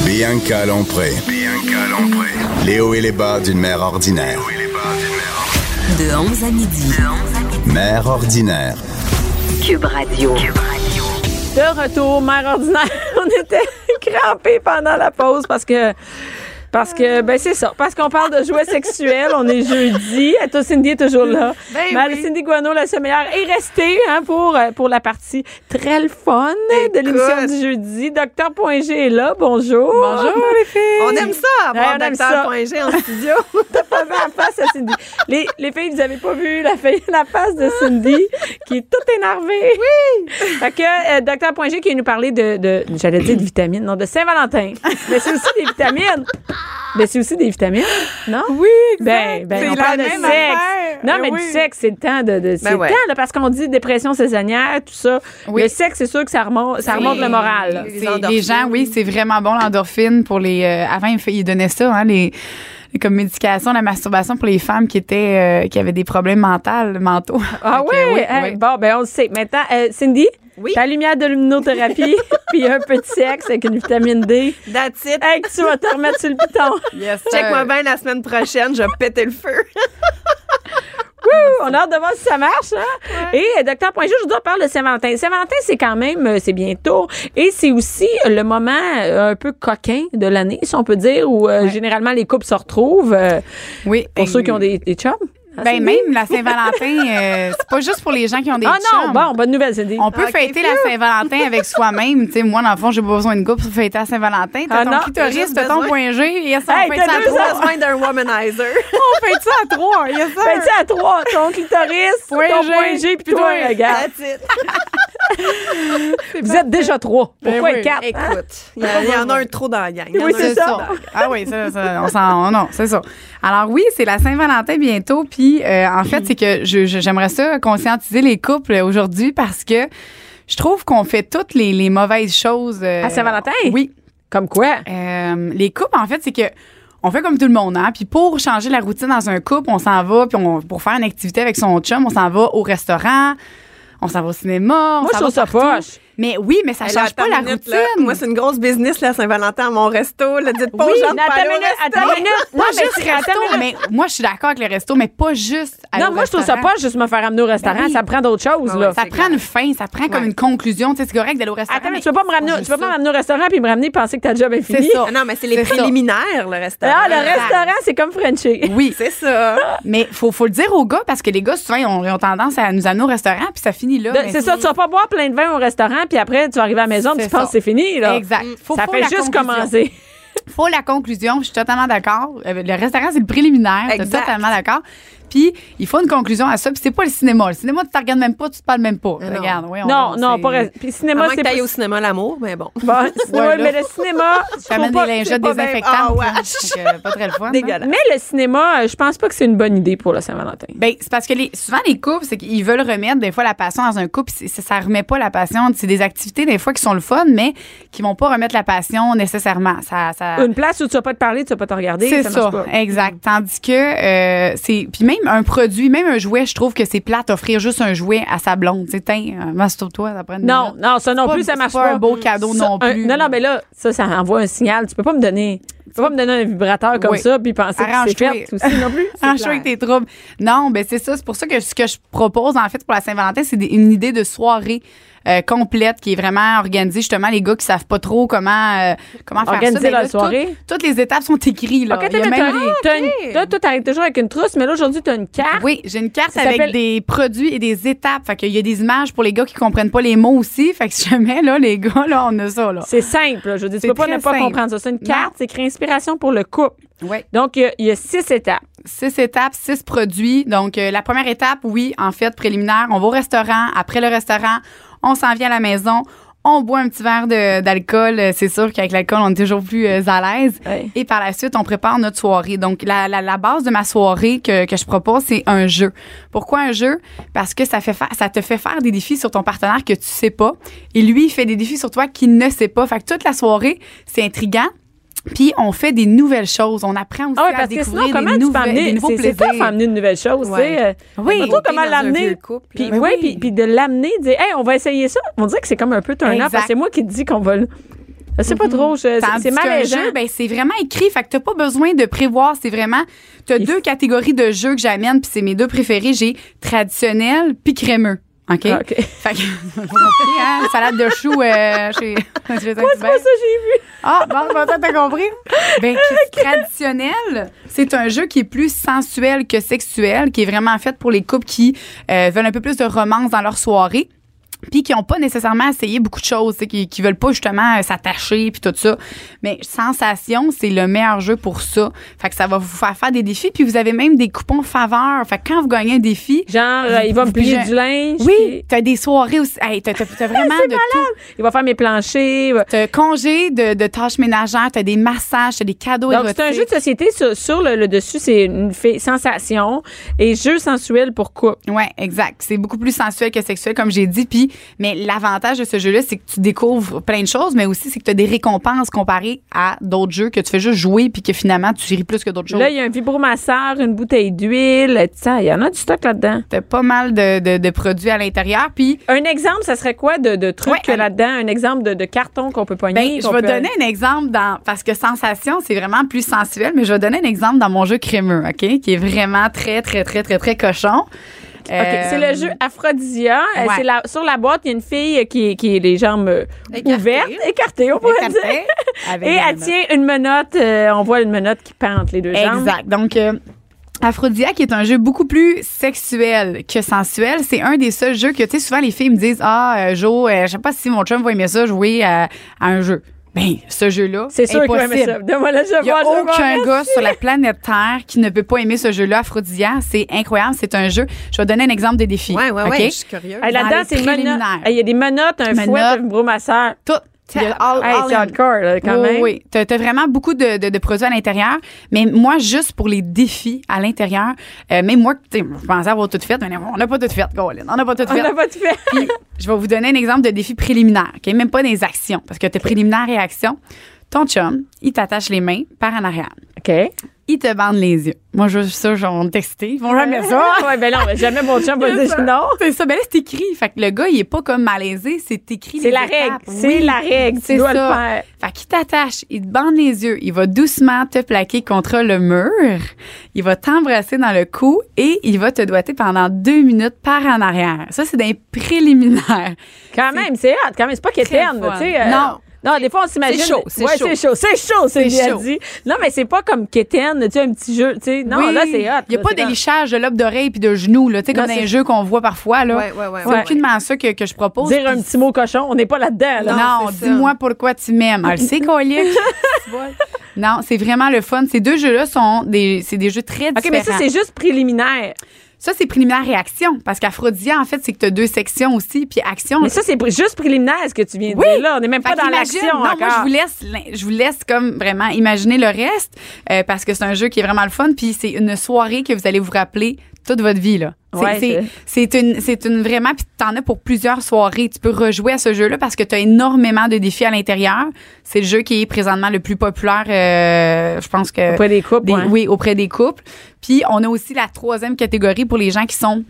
Speaker 2: Bianca Lompré. Bianca Lompré. Les hauts et les bas d'une mère ordinaire.
Speaker 1: De 11 à midi.
Speaker 2: Mère ordinaire.
Speaker 1: Cube Radio.
Speaker 3: De retour, mère ordinaire, on était crampés pendant la pause parce que. Parce que, ben c'est ça. Parce qu'on parle de jouets sexuels, on est jeudi. Toi, Cindy est toujours là.
Speaker 5: Ben
Speaker 3: Mais
Speaker 5: oui.
Speaker 3: Cindy Guano, la sommeillère, est restée hein, pour, euh, pour la partie très le fun de l'émission
Speaker 5: Écoute.
Speaker 3: du jeudi. Docteur.g est là. Bonjour.
Speaker 5: Bonjour,
Speaker 3: les filles.
Speaker 5: On aime ça, avoir
Speaker 3: Ouais, on aime
Speaker 5: Dr.G en studio.
Speaker 3: T'as pas vu la face à Cindy. Les, les filles, vous avez pas vu la, fa- la face de Cindy qui est toute énervée. Oui. Fait que euh, Docteur Poingé qui est nous parler de, de j'allais dire de vitamines, non, de Saint-Valentin. Mais c'est aussi des vitamines. Mais c'est aussi des vitamines, non? Oui, Ben, ben
Speaker 5: C'est
Speaker 3: on
Speaker 5: la
Speaker 3: parle de
Speaker 5: même
Speaker 3: sexe.
Speaker 5: affaire.
Speaker 3: Non,
Speaker 5: Eh
Speaker 3: mais
Speaker 5: oui. Ben
Speaker 3: du sexe, c'est le temps de, de- c'est
Speaker 5: ouais.
Speaker 3: le temps, là, parce qu'on dit dépression saisonnière, tout ça.
Speaker 6: Oui.
Speaker 3: Le sexe, c'est sûr que ça remonte, ça remonte le moral. là.
Speaker 6: C'est-
Speaker 5: Les endorphines.
Speaker 6: Les gens, oui, c'est vraiment bon l'endorphine pour les. euh, avant, ils fa- ils donnaient ça, hein, les les- comme médication, la masturbation pour les femmes qui étaient euh, qui avaient des problèmes mentaux, mentaux. euh,
Speaker 3: Ah
Speaker 6: Fait
Speaker 3: oui,
Speaker 6: que,
Speaker 3: Hey, bon, ben on le sait. Maintenant, euh, Cindy,
Speaker 5: Oui.
Speaker 3: ta lumière de luminothérapie, puis un peu de sexe avec une vitamine D.
Speaker 5: That's it.
Speaker 3: Hey, que tu vas te remettre sur le piton.
Speaker 6: Yes, euh, sir.
Speaker 3: Euh,
Speaker 5: Check-moi bien la semaine prochaine, je vais péter le feu.
Speaker 3: Wouh! on a hâte de voir si ça marche. Hein? Et Docteur Point je vous dois parler de Saint-Valentin. Saint-Valentin, c'est quand même, euh, c'est bientôt. Et c'est aussi le moment euh, un peu coquin de l'année, si on peut dire, où euh, généralement les couples se retrouvent. euh,
Speaker 6: Oui.
Speaker 3: pour
Speaker 6: Et-
Speaker 3: ceux qui ont des, des chums. Hein,
Speaker 6: Ben,
Speaker 3: Cindy?
Speaker 6: même la Saint-Valentin, euh, c'est pas juste pour les gens qui ont des
Speaker 3: Ah non,
Speaker 6: chums.
Speaker 3: bon, Ah, bonne nouvelle, Cindy.
Speaker 6: On peut fêter la Saint-Valentin avec soi-même. Tu sais, moi, dans le fond, j'ai pas besoin de groupe pour fêter la Saint-Valentin. T'as
Speaker 3: Ah
Speaker 6: ton
Speaker 3: non,
Speaker 5: j'ai
Speaker 6: clitoris,
Speaker 5: juste
Speaker 6: t'as ton
Speaker 5: besoin.
Speaker 6: point G. Et ça,
Speaker 3: Hey,
Speaker 6: on
Speaker 3: t'as
Speaker 6: fête ça à
Speaker 3: deux
Speaker 6: trois.
Speaker 5: Pas besoin d'un womanizer.
Speaker 6: On fête ça à trois. Yes, sir.
Speaker 3: Ben, tu sais, à trois, ton clitoris,
Speaker 6: Point
Speaker 3: ton
Speaker 6: G,
Speaker 3: point G, puis
Speaker 6: puis
Speaker 3: toi,
Speaker 6: toi.
Speaker 3: regarde.
Speaker 5: That's it.
Speaker 3: Vous êtes déjà trois. Pourquoi
Speaker 6: Ben oui.
Speaker 3: être quatre? hein?
Speaker 5: Écoute, il y, a- il y en a un trop dans la gang. Il y en
Speaker 3: Oui,
Speaker 5: a un
Speaker 3: c'est
Speaker 5: trop
Speaker 3: ça.
Speaker 5: dans la gang.
Speaker 6: Ah oui, ça, ça, on s'en. oh Non, c'est ça. Alors oui, c'est la Saint-Valentin bientôt. Puis euh, en fait, c'est que je- je- j'aimerais ça conscientiser les couples aujourd'hui parce que je trouve qu'on fait toutes les, les mauvaises choses. euh,
Speaker 3: À Saint-Valentin?
Speaker 6: Oui.
Speaker 3: Comme quoi?
Speaker 6: Euh, les couples, en fait, c'est que on fait comme tout le monde, hein. Puis pour changer la routine dans un couple, on s'en va, puis on, pour faire une activité avec son chum, on s'en va au restaurant, on s'en va au cinéma. on
Speaker 3: Moi, je
Speaker 6: s'en
Speaker 3: trouve ça
Speaker 6: va partout.
Speaker 3: poche.
Speaker 6: Mais oui, mais ça
Speaker 5: Hey,
Speaker 6: change
Speaker 5: là,
Speaker 6: pas
Speaker 5: attends
Speaker 6: la
Speaker 5: une minute,
Speaker 6: routine.
Speaker 5: là. Moi, c'est une grosse business, la Saint-Valentin, à mon resto. Là, dites pas aux gens de
Speaker 3: mais
Speaker 5: pas
Speaker 3: attends
Speaker 5: aller
Speaker 3: une
Speaker 5: au
Speaker 3: minute,
Speaker 5: resto.
Speaker 3: attends une minute. Non,
Speaker 6: Pas
Speaker 3: mais
Speaker 6: juste
Speaker 3: c'est- attends
Speaker 6: resto,
Speaker 3: une minute.
Speaker 6: mais moi, je suis d'accord avec les restos, mais pas juste. aller
Speaker 3: Non,
Speaker 6: au
Speaker 3: moi, je trouve ça
Speaker 6: restaurant.
Speaker 3: pas juste me faire amener au restaurant.
Speaker 6: Ben oui.
Speaker 3: Ça prend d'autres choses,
Speaker 5: Ah
Speaker 3: là.
Speaker 5: ouais,
Speaker 6: Ça
Speaker 5: C'est
Speaker 6: prend
Speaker 5: clair.
Speaker 6: une fin, ça prend comme
Speaker 5: Ouais.
Speaker 6: une conclusion. Tu sais, c'est correct d'aller au restaurant.
Speaker 3: Attends, mais tu vas pas me ramener, au-
Speaker 6: c'est
Speaker 3: tu vas pas
Speaker 6: ça.
Speaker 3: me ramener au restaurant puis me ramener penser que ta job est
Speaker 6: C'est
Speaker 3: finie.
Speaker 6: ça.
Speaker 5: Ah Non, mais c'est les
Speaker 6: C'est ça.
Speaker 5: préliminaires, le restaurant.
Speaker 3: Ah, le
Speaker 6: Exact.
Speaker 3: restaurant, c'est comme Frenchie.
Speaker 6: Oui,
Speaker 5: C'est ça.
Speaker 6: mais faut, faut le dire aux gars parce que les gars, souvent, ils ont, ils ont tendance à nous amener au restaurant puis ça finit là.
Speaker 3: De-
Speaker 6: mais
Speaker 3: Ben, C'est ça, tu vas pas boire plein de vin au restaurant puis après, tu vas arriver à la maison puis
Speaker 6: C'est
Speaker 3: tu penses
Speaker 6: ça.
Speaker 3: que c'est fini, là.
Speaker 6: Exact. Faut-
Speaker 3: Ça
Speaker 6: faut
Speaker 3: fait
Speaker 6: la
Speaker 3: juste
Speaker 6: conclusion.
Speaker 3: commencer.
Speaker 6: faut la conclusion. Je suis totalement d'accord. Euh, Le restaurant, c'est le préliminaire. T'es
Speaker 5: Exact.
Speaker 6: totalement d'accord. Puis, il faut une conclusion à ça. Puis, c'est pas le cinéma. Le cinéma, tu te regardes même pas, tu te parles même pas.
Speaker 5: non.
Speaker 6: Regarde, oui, on-
Speaker 3: Non, non,
Speaker 6: c'est-
Speaker 3: pas. rest- Puis
Speaker 5: À
Speaker 3: cinéma,
Speaker 5: moins que
Speaker 3: c'est
Speaker 5: t'ailles
Speaker 3: plus.
Speaker 5: au cinéma l'amour, mais bon.
Speaker 3: Bon, cinéma,
Speaker 6: Ouais, là.
Speaker 3: mais le cinéma, je
Speaker 6: Ça amène
Speaker 3: trouve pas-
Speaker 6: des lingettes
Speaker 5: pas bien-
Speaker 6: désinfectantes.
Speaker 5: Ah, ouais.
Speaker 6: hein. Donc, euh, pas très le fun. hein.
Speaker 5: Dégueulasse.
Speaker 3: Mais le cinéma, euh, je pense pas que c'est une bonne idée pour la Saint-Valentin.
Speaker 6: Ben, c'est parce que les, souvent, les couples, c'est qu'ils veulent remettre des fois la passion dans un couple. C'est- c'est- Ça remet pas la passion. C'est des activités, des fois, qui sont le fun, mais qui vont pas remettre la passion nécessairement. Ça, ça,
Speaker 3: Une place où tu vas pas te parler, tu vas pas te regarder,
Speaker 6: Ah. C'est
Speaker 3: ça,
Speaker 6: ça,
Speaker 3: marche pas. Mm-hmm.
Speaker 6: exact. Tandis que euh, c'est puis même un produit, même un jouet, je trouve que c'est plate offrir juste un jouet à sa blonde. C'est tiens, euh, masturbe-toi, ça prend une
Speaker 3: Non,
Speaker 6: minute.
Speaker 3: non, ça non
Speaker 6: pas-
Speaker 3: plus, ça
Speaker 6: c'est
Speaker 3: marche pas.
Speaker 6: pas un beau cadeau
Speaker 3: Ça,
Speaker 6: non
Speaker 3: un-
Speaker 6: plus.
Speaker 3: non, non, mais là, ça, ça envoie un signal. Tu peux pas me donner Tu vas pas me donner un vibrateur comme
Speaker 6: Oui.
Speaker 3: ça puis penser que c'est
Speaker 6: Arrange-toi.
Speaker 3: fait aussi non plus. C'est
Speaker 6: Arrange-toi
Speaker 3: clair.
Speaker 6: avec tes troubles. Non, ben c'est ça. C'est pour ça que ce que je propose, en fait, pour la Saint-Valentin, c'est des- une idée de soirée euh, complète qui est vraiment organisée. Justement, les gars qui savent pas trop comment, euh, comment faire
Speaker 3: Organiser
Speaker 6: ça. ben
Speaker 3: leur
Speaker 6: là, tout-
Speaker 3: soirée?
Speaker 6: toutes les étapes sont écrites. Là.
Speaker 3: OK,
Speaker 6: Il y a
Speaker 3: t'as-
Speaker 6: même
Speaker 3: t'as-
Speaker 6: des- Ah,
Speaker 3: t'as une- Toi, toi, t'arrives toujours avec une trousse, mais là, aujourd'hui, t'as une carte.
Speaker 6: Oui, j'ai une carte
Speaker 3: Ça s'appelle-
Speaker 6: avec des produits et des étapes. Fait qu'il y a des images pour les gars qui comprennent pas les mots aussi. Fait que si jamais, là, les gars, là, on a ça, là.
Speaker 3: C'est simple, là. je veux dire, tu
Speaker 6: C'est
Speaker 3: peux pas
Speaker 6: très
Speaker 3: ne pas
Speaker 6: simple.
Speaker 3: comprendre ça. C'est une
Speaker 6: Non.
Speaker 3: carte, c'est écrit inspiration pour le couple.
Speaker 6: Ouais.
Speaker 3: Donc, il y a- il y, a six étapes.
Speaker 6: Six étapes, six produits. Donc, euh, la première étape, oui, en fait, préliminaire, on va au restaurant. Après le restaurant, on s'en vient à la maison. On boit un petit verre de- d'alcool. Euh, C'est sûr qu'avec l'alcool, on est toujours plus euh, à l'aise.
Speaker 3: Ouais.
Speaker 6: Et par la suite, on prépare notre soirée. Donc, la, la- la base de ma soirée que, que je propose, c'est un jeu. Pourquoi un jeu? Parce que ça, fait fa- ça te fait faire des défis sur ton partenaire que tu sais pas. Et lui, il fait des défis sur toi qu'il ne sait pas. Fait que toute la soirée, c'est intriguant. Puis, on fait des nouvelles choses. On apprend aussi
Speaker 3: Ah oui,
Speaker 6: à
Speaker 3: parce que
Speaker 6: découvrir
Speaker 3: sinon, comment
Speaker 6: des,
Speaker 3: tu peux
Speaker 6: nouvelles- des
Speaker 3: amener.
Speaker 6: nouveaux
Speaker 3: C'est c'est
Speaker 6: plaisirs.
Speaker 3: tough à amener une nouvelle chose,
Speaker 5: Ouais.
Speaker 3: tu sais. euh,
Speaker 6: Oui.
Speaker 3: mais surtout, comment
Speaker 5: Dans un vieux
Speaker 3: l'amener.
Speaker 5: couple,
Speaker 3: Puis,
Speaker 5: là.
Speaker 3: ouais, puis, puis de l'amener, de dire, hey, on va essayer ça. On dirait que c'est comme un peu turn off.
Speaker 6: Exact. Mm-hmm.
Speaker 3: parce que C'est moi qui te dis qu'on va le. Je sais pas trop, je- c'est
Speaker 6: Tandis
Speaker 3: c'est
Speaker 6: qu'un
Speaker 3: malaisant.
Speaker 6: jeu, ben, c'est vraiment écrit. Fait que t'as pas besoin de prévoir. C'est vraiment, t'as deux catégories de jeux que j'amène, puis c'est mes deux préférés. J'ai traditionnel puis crémeux. Ben, OK?
Speaker 3: Ah, OK.
Speaker 6: Fait que, vous comprenez, hein? Salade de choux euh, chez, chez Quoi,
Speaker 3: Pas ça, j'ai vu.
Speaker 6: Ah, bon, bon, toi, t'as compris? Ben, qui- traditionnel, c'est un jeu qui est plus sensuel que sexuel, qui est vraiment fait pour les couples qui euh, veulent un peu plus de romance dans leur soirée. Puis qui n'ont pas nécessairement essayé beaucoup de choses, tu sais, qui, qui veulent pas justement euh, s'attacher puis tout ça. Mais sensation, c'est le meilleur jeu pour ça. Fait que ça va vous faire faire des défis. Puis vous avez même des coupons faveur. Fait que quand vous gagnez un défi,
Speaker 3: Genre, euh, il va me
Speaker 6: Puis
Speaker 3: plier
Speaker 6: je-
Speaker 3: du linge.
Speaker 6: oui,
Speaker 3: puis
Speaker 6: t'as des soirées aussi. Hey, t'as, t'as- t'as vraiment de tout.
Speaker 3: Ah, Il va faire mes planchers.
Speaker 6: T'as congé de, de tâches ménagères, t'as des massages, t'as des cadeaux
Speaker 3: Donc,
Speaker 6: érotiques.
Speaker 3: c'est un jeu de société sur, sur le, le dessus, c'est une fée- sensation et jeu sensuel pour couple.
Speaker 6: Ouais, exact. C'est beaucoup plus sensuel que sexuel, comme j'ai dit. Puis, mais l'avantage de ce jeu-là, c'est que tu découvres plein de choses, mais aussi c'est que tu as des récompenses comparées à d'autres jeux que tu fais juste jouer, puis que finalement tu ris plus que d'autres choses.
Speaker 3: Là, il y a un vibromasseur, une bouteille d'huile, tu sais, il y en a du stock là-dedans.
Speaker 6: T'as pas mal de, de- de produits à l'intérieur. Puis,
Speaker 3: Un exemple, ça serait quoi de, de truc
Speaker 6: Ouais,
Speaker 3: que
Speaker 6: allez.
Speaker 3: là-dedans? Un exemple de, de carton qu'on peut pogner?
Speaker 6: ben, je
Speaker 3: qu'on
Speaker 6: vais
Speaker 3: peut-
Speaker 6: donner un exemple dans parce que sensation, c'est vraiment plus sensuel, mais je vais donner un exemple dans mon jeu crémeux, ok, qui est vraiment très très très très très cochon. Euh,
Speaker 3: OK, c'est le jeu Aphrodisia. Euh,
Speaker 6: ouais.
Speaker 3: C'est la- sur la boîte, il y a une fille qui, qui est les jambes euh,
Speaker 5: Écartée.
Speaker 3: ouvertes, écartées, on pourrait dire. Et elle tient une menotte. euh, on voit une menotte qui pente les deux jambes.
Speaker 6: Exact. Donc, euh, Aphrodisiaque est un jeu beaucoup plus sexuel que sensuel. C'est un des seuls jeux que, tu sais, souvent les filles me disent Ah, euh, Jo, euh, je sais pas si mon chum va aimer ça jouer à, à un jeu. Ben, ce jeu-là,
Speaker 3: C'est sûr qu'il va aimer
Speaker 6: impossible.
Speaker 3: ça. Donne-moi la
Speaker 6: Il n'y a
Speaker 3: je vais voir.
Speaker 6: aucun gars sur la planète Terre qui ne peut pas aimer ce jeu-là, Aphrodisiaque. C'est incroyable, c'est un jeu. Je vais donner un exemple des défis.
Speaker 5: Ouais, ouais, ouais,
Speaker 6: OK?
Speaker 5: je suis curieuse.
Speaker 3: Hey,
Speaker 6: Dans
Speaker 3: là-dedans,
Speaker 6: les
Speaker 3: c'est menottes.
Speaker 6: préliminaires.
Speaker 3: Hey, Il y a des menottes, un fouet,
Speaker 6: Menottes.
Speaker 3: un vibromasseur.
Speaker 6: Tout.
Speaker 3: Il y a-
Speaker 6: all-
Speaker 3: Hey,
Speaker 6: all
Speaker 3: c'est
Speaker 6: in.
Speaker 3: hardcore, là, quand
Speaker 6: oui,
Speaker 3: même.
Speaker 6: Oui, t'as as vraiment beaucoup de, de- de produits à l'intérieur. Mais moi, juste pour les défis à l'intérieur, euh, même moi, tu sais, je pensais avoir tout fait, mais on n'a pas tout fait, Colin. On n'a pas tout
Speaker 3: On
Speaker 6: fait.
Speaker 3: n'a pas de fait.
Speaker 6: Puis, je vais vous donner un exemple de défi préliminaire, OK? Même pas des actions, parce que t'es préliminaire et action. Ton chum, il t'attache les mains par en arrière.
Speaker 3: OK.
Speaker 6: Il te bande les yeux. Moi, je suis sûre, ils vont me texter. Ils vont jamais ça.
Speaker 3: ouais, ben non, ben jamais mon chum va
Speaker 6: C'est
Speaker 3: dire
Speaker 6: ça.
Speaker 3: non.
Speaker 6: C'est ça. Ben là, c'est écrit. Fait que le gars, il est pas comme malaisé. C'est écrit.
Speaker 3: C'est
Speaker 6: les
Speaker 3: la règle.
Speaker 6: étapes.
Speaker 3: C'est
Speaker 6: Oui.
Speaker 3: la règle. Tu
Speaker 6: C'est
Speaker 3: dois
Speaker 6: ça.
Speaker 3: le faire.
Speaker 6: Fait qu'il t'attache, il te bande les yeux, il va doucement te plaquer contre le mur, il va t'embrasser dans le cou et il va te doiter pendant deux minutes par en arrière. Ça, c'est des préliminaires.
Speaker 3: Quand même, c'est hâte. Quand même, c'est pas qu'éterne,
Speaker 6: fun.
Speaker 3: tu sais. euh,
Speaker 6: Non.
Speaker 3: Non, des fois, on s'imagine.
Speaker 5: C'est chaud, c'est
Speaker 3: Ouais,
Speaker 5: chaud.
Speaker 3: c'est chaud. C'est chaud, c'est
Speaker 6: C'est
Speaker 3: bien
Speaker 6: chaud.
Speaker 3: dit. Non, mais c'est pas comme qu'éterne, tu sais, un petit jeu, tu sais. Non,
Speaker 6: Oui,
Speaker 3: là, c'est hot.
Speaker 6: Il n'y
Speaker 3: là,
Speaker 6: a pas
Speaker 3: c'est
Speaker 6: de
Speaker 3: comme-
Speaker 6: lichage de lobe d'oreille puis de genoux, là, tu sais,
Speaker 3: Non,
Speaker 6: comme dans
Speaker 3: c'est-
Speaker 6: les jeux qu'on voit parfois, là.
Speaker 5: Ouais, ouais, ouais,
Speaker 6: c'est
Speaker 5: ouais.
Speaker 6: aucunement ça que, que je propose.
Speaker 3: Dire un
Speaker 6: Puis
Speaker 3: petit mot cochon, on n'est pas là-dedans, là.
Speaker 6: Non,
Speaker 5: Non, c'est ça.
Speaker 6: dis-moi pourquoi tu m'aimes. Ah, Elle sait qu'on Non, c'est vraiment le fun. Ces deux jeux-là sont des, c'est des jeux très
Speaker 3: OK,
Speaker 6: différents.
Speaker 3: mais ça, c'est juste préliminaire.
Speaker 6: Ça, c'est préliminaire et action. Parce qu'Aphrodisia, en fait, c'est que tu as deux sections aussi. Puis action.
Speaker 3: Mais ça, c'est pr- juste préliminaire, ce que tu viens de
Speaker 6: Oui.
Speaker 3: dire, là. On n'est même pas
Speaker 6: Fait
Speaker 3: dans
Speaker 6: qu'imagine-
Speaker 3: l'action
Speaker 6: non,
Speaker 3: encore.
Speaker 6: moi, je vous laisse, l'in- je vous laisse comme vraiment imaginer le reste euh, parce que c'est un jeu qui est vraiment le fun. Puis c'est une soirée que vous allez vous rappeler toute votre vie, là. C'est-
Speaker 3: Ouais,
Speaker 6: c'est- c'est une, c'est une vraiment, puis t'en as pour plusieurs soirées. Tu peux rejouer à ce jeu-là parce que t'as énormément de défis à l'intérieur. C'est le jeu qui est présentement le plus populaire, euh, je pense que.
Speaker 3: Auprès des couples, ouais.
Speaker 6: Oui, auprès des couples. Puis on a aussi la troisième catégorie pour les gens qui sont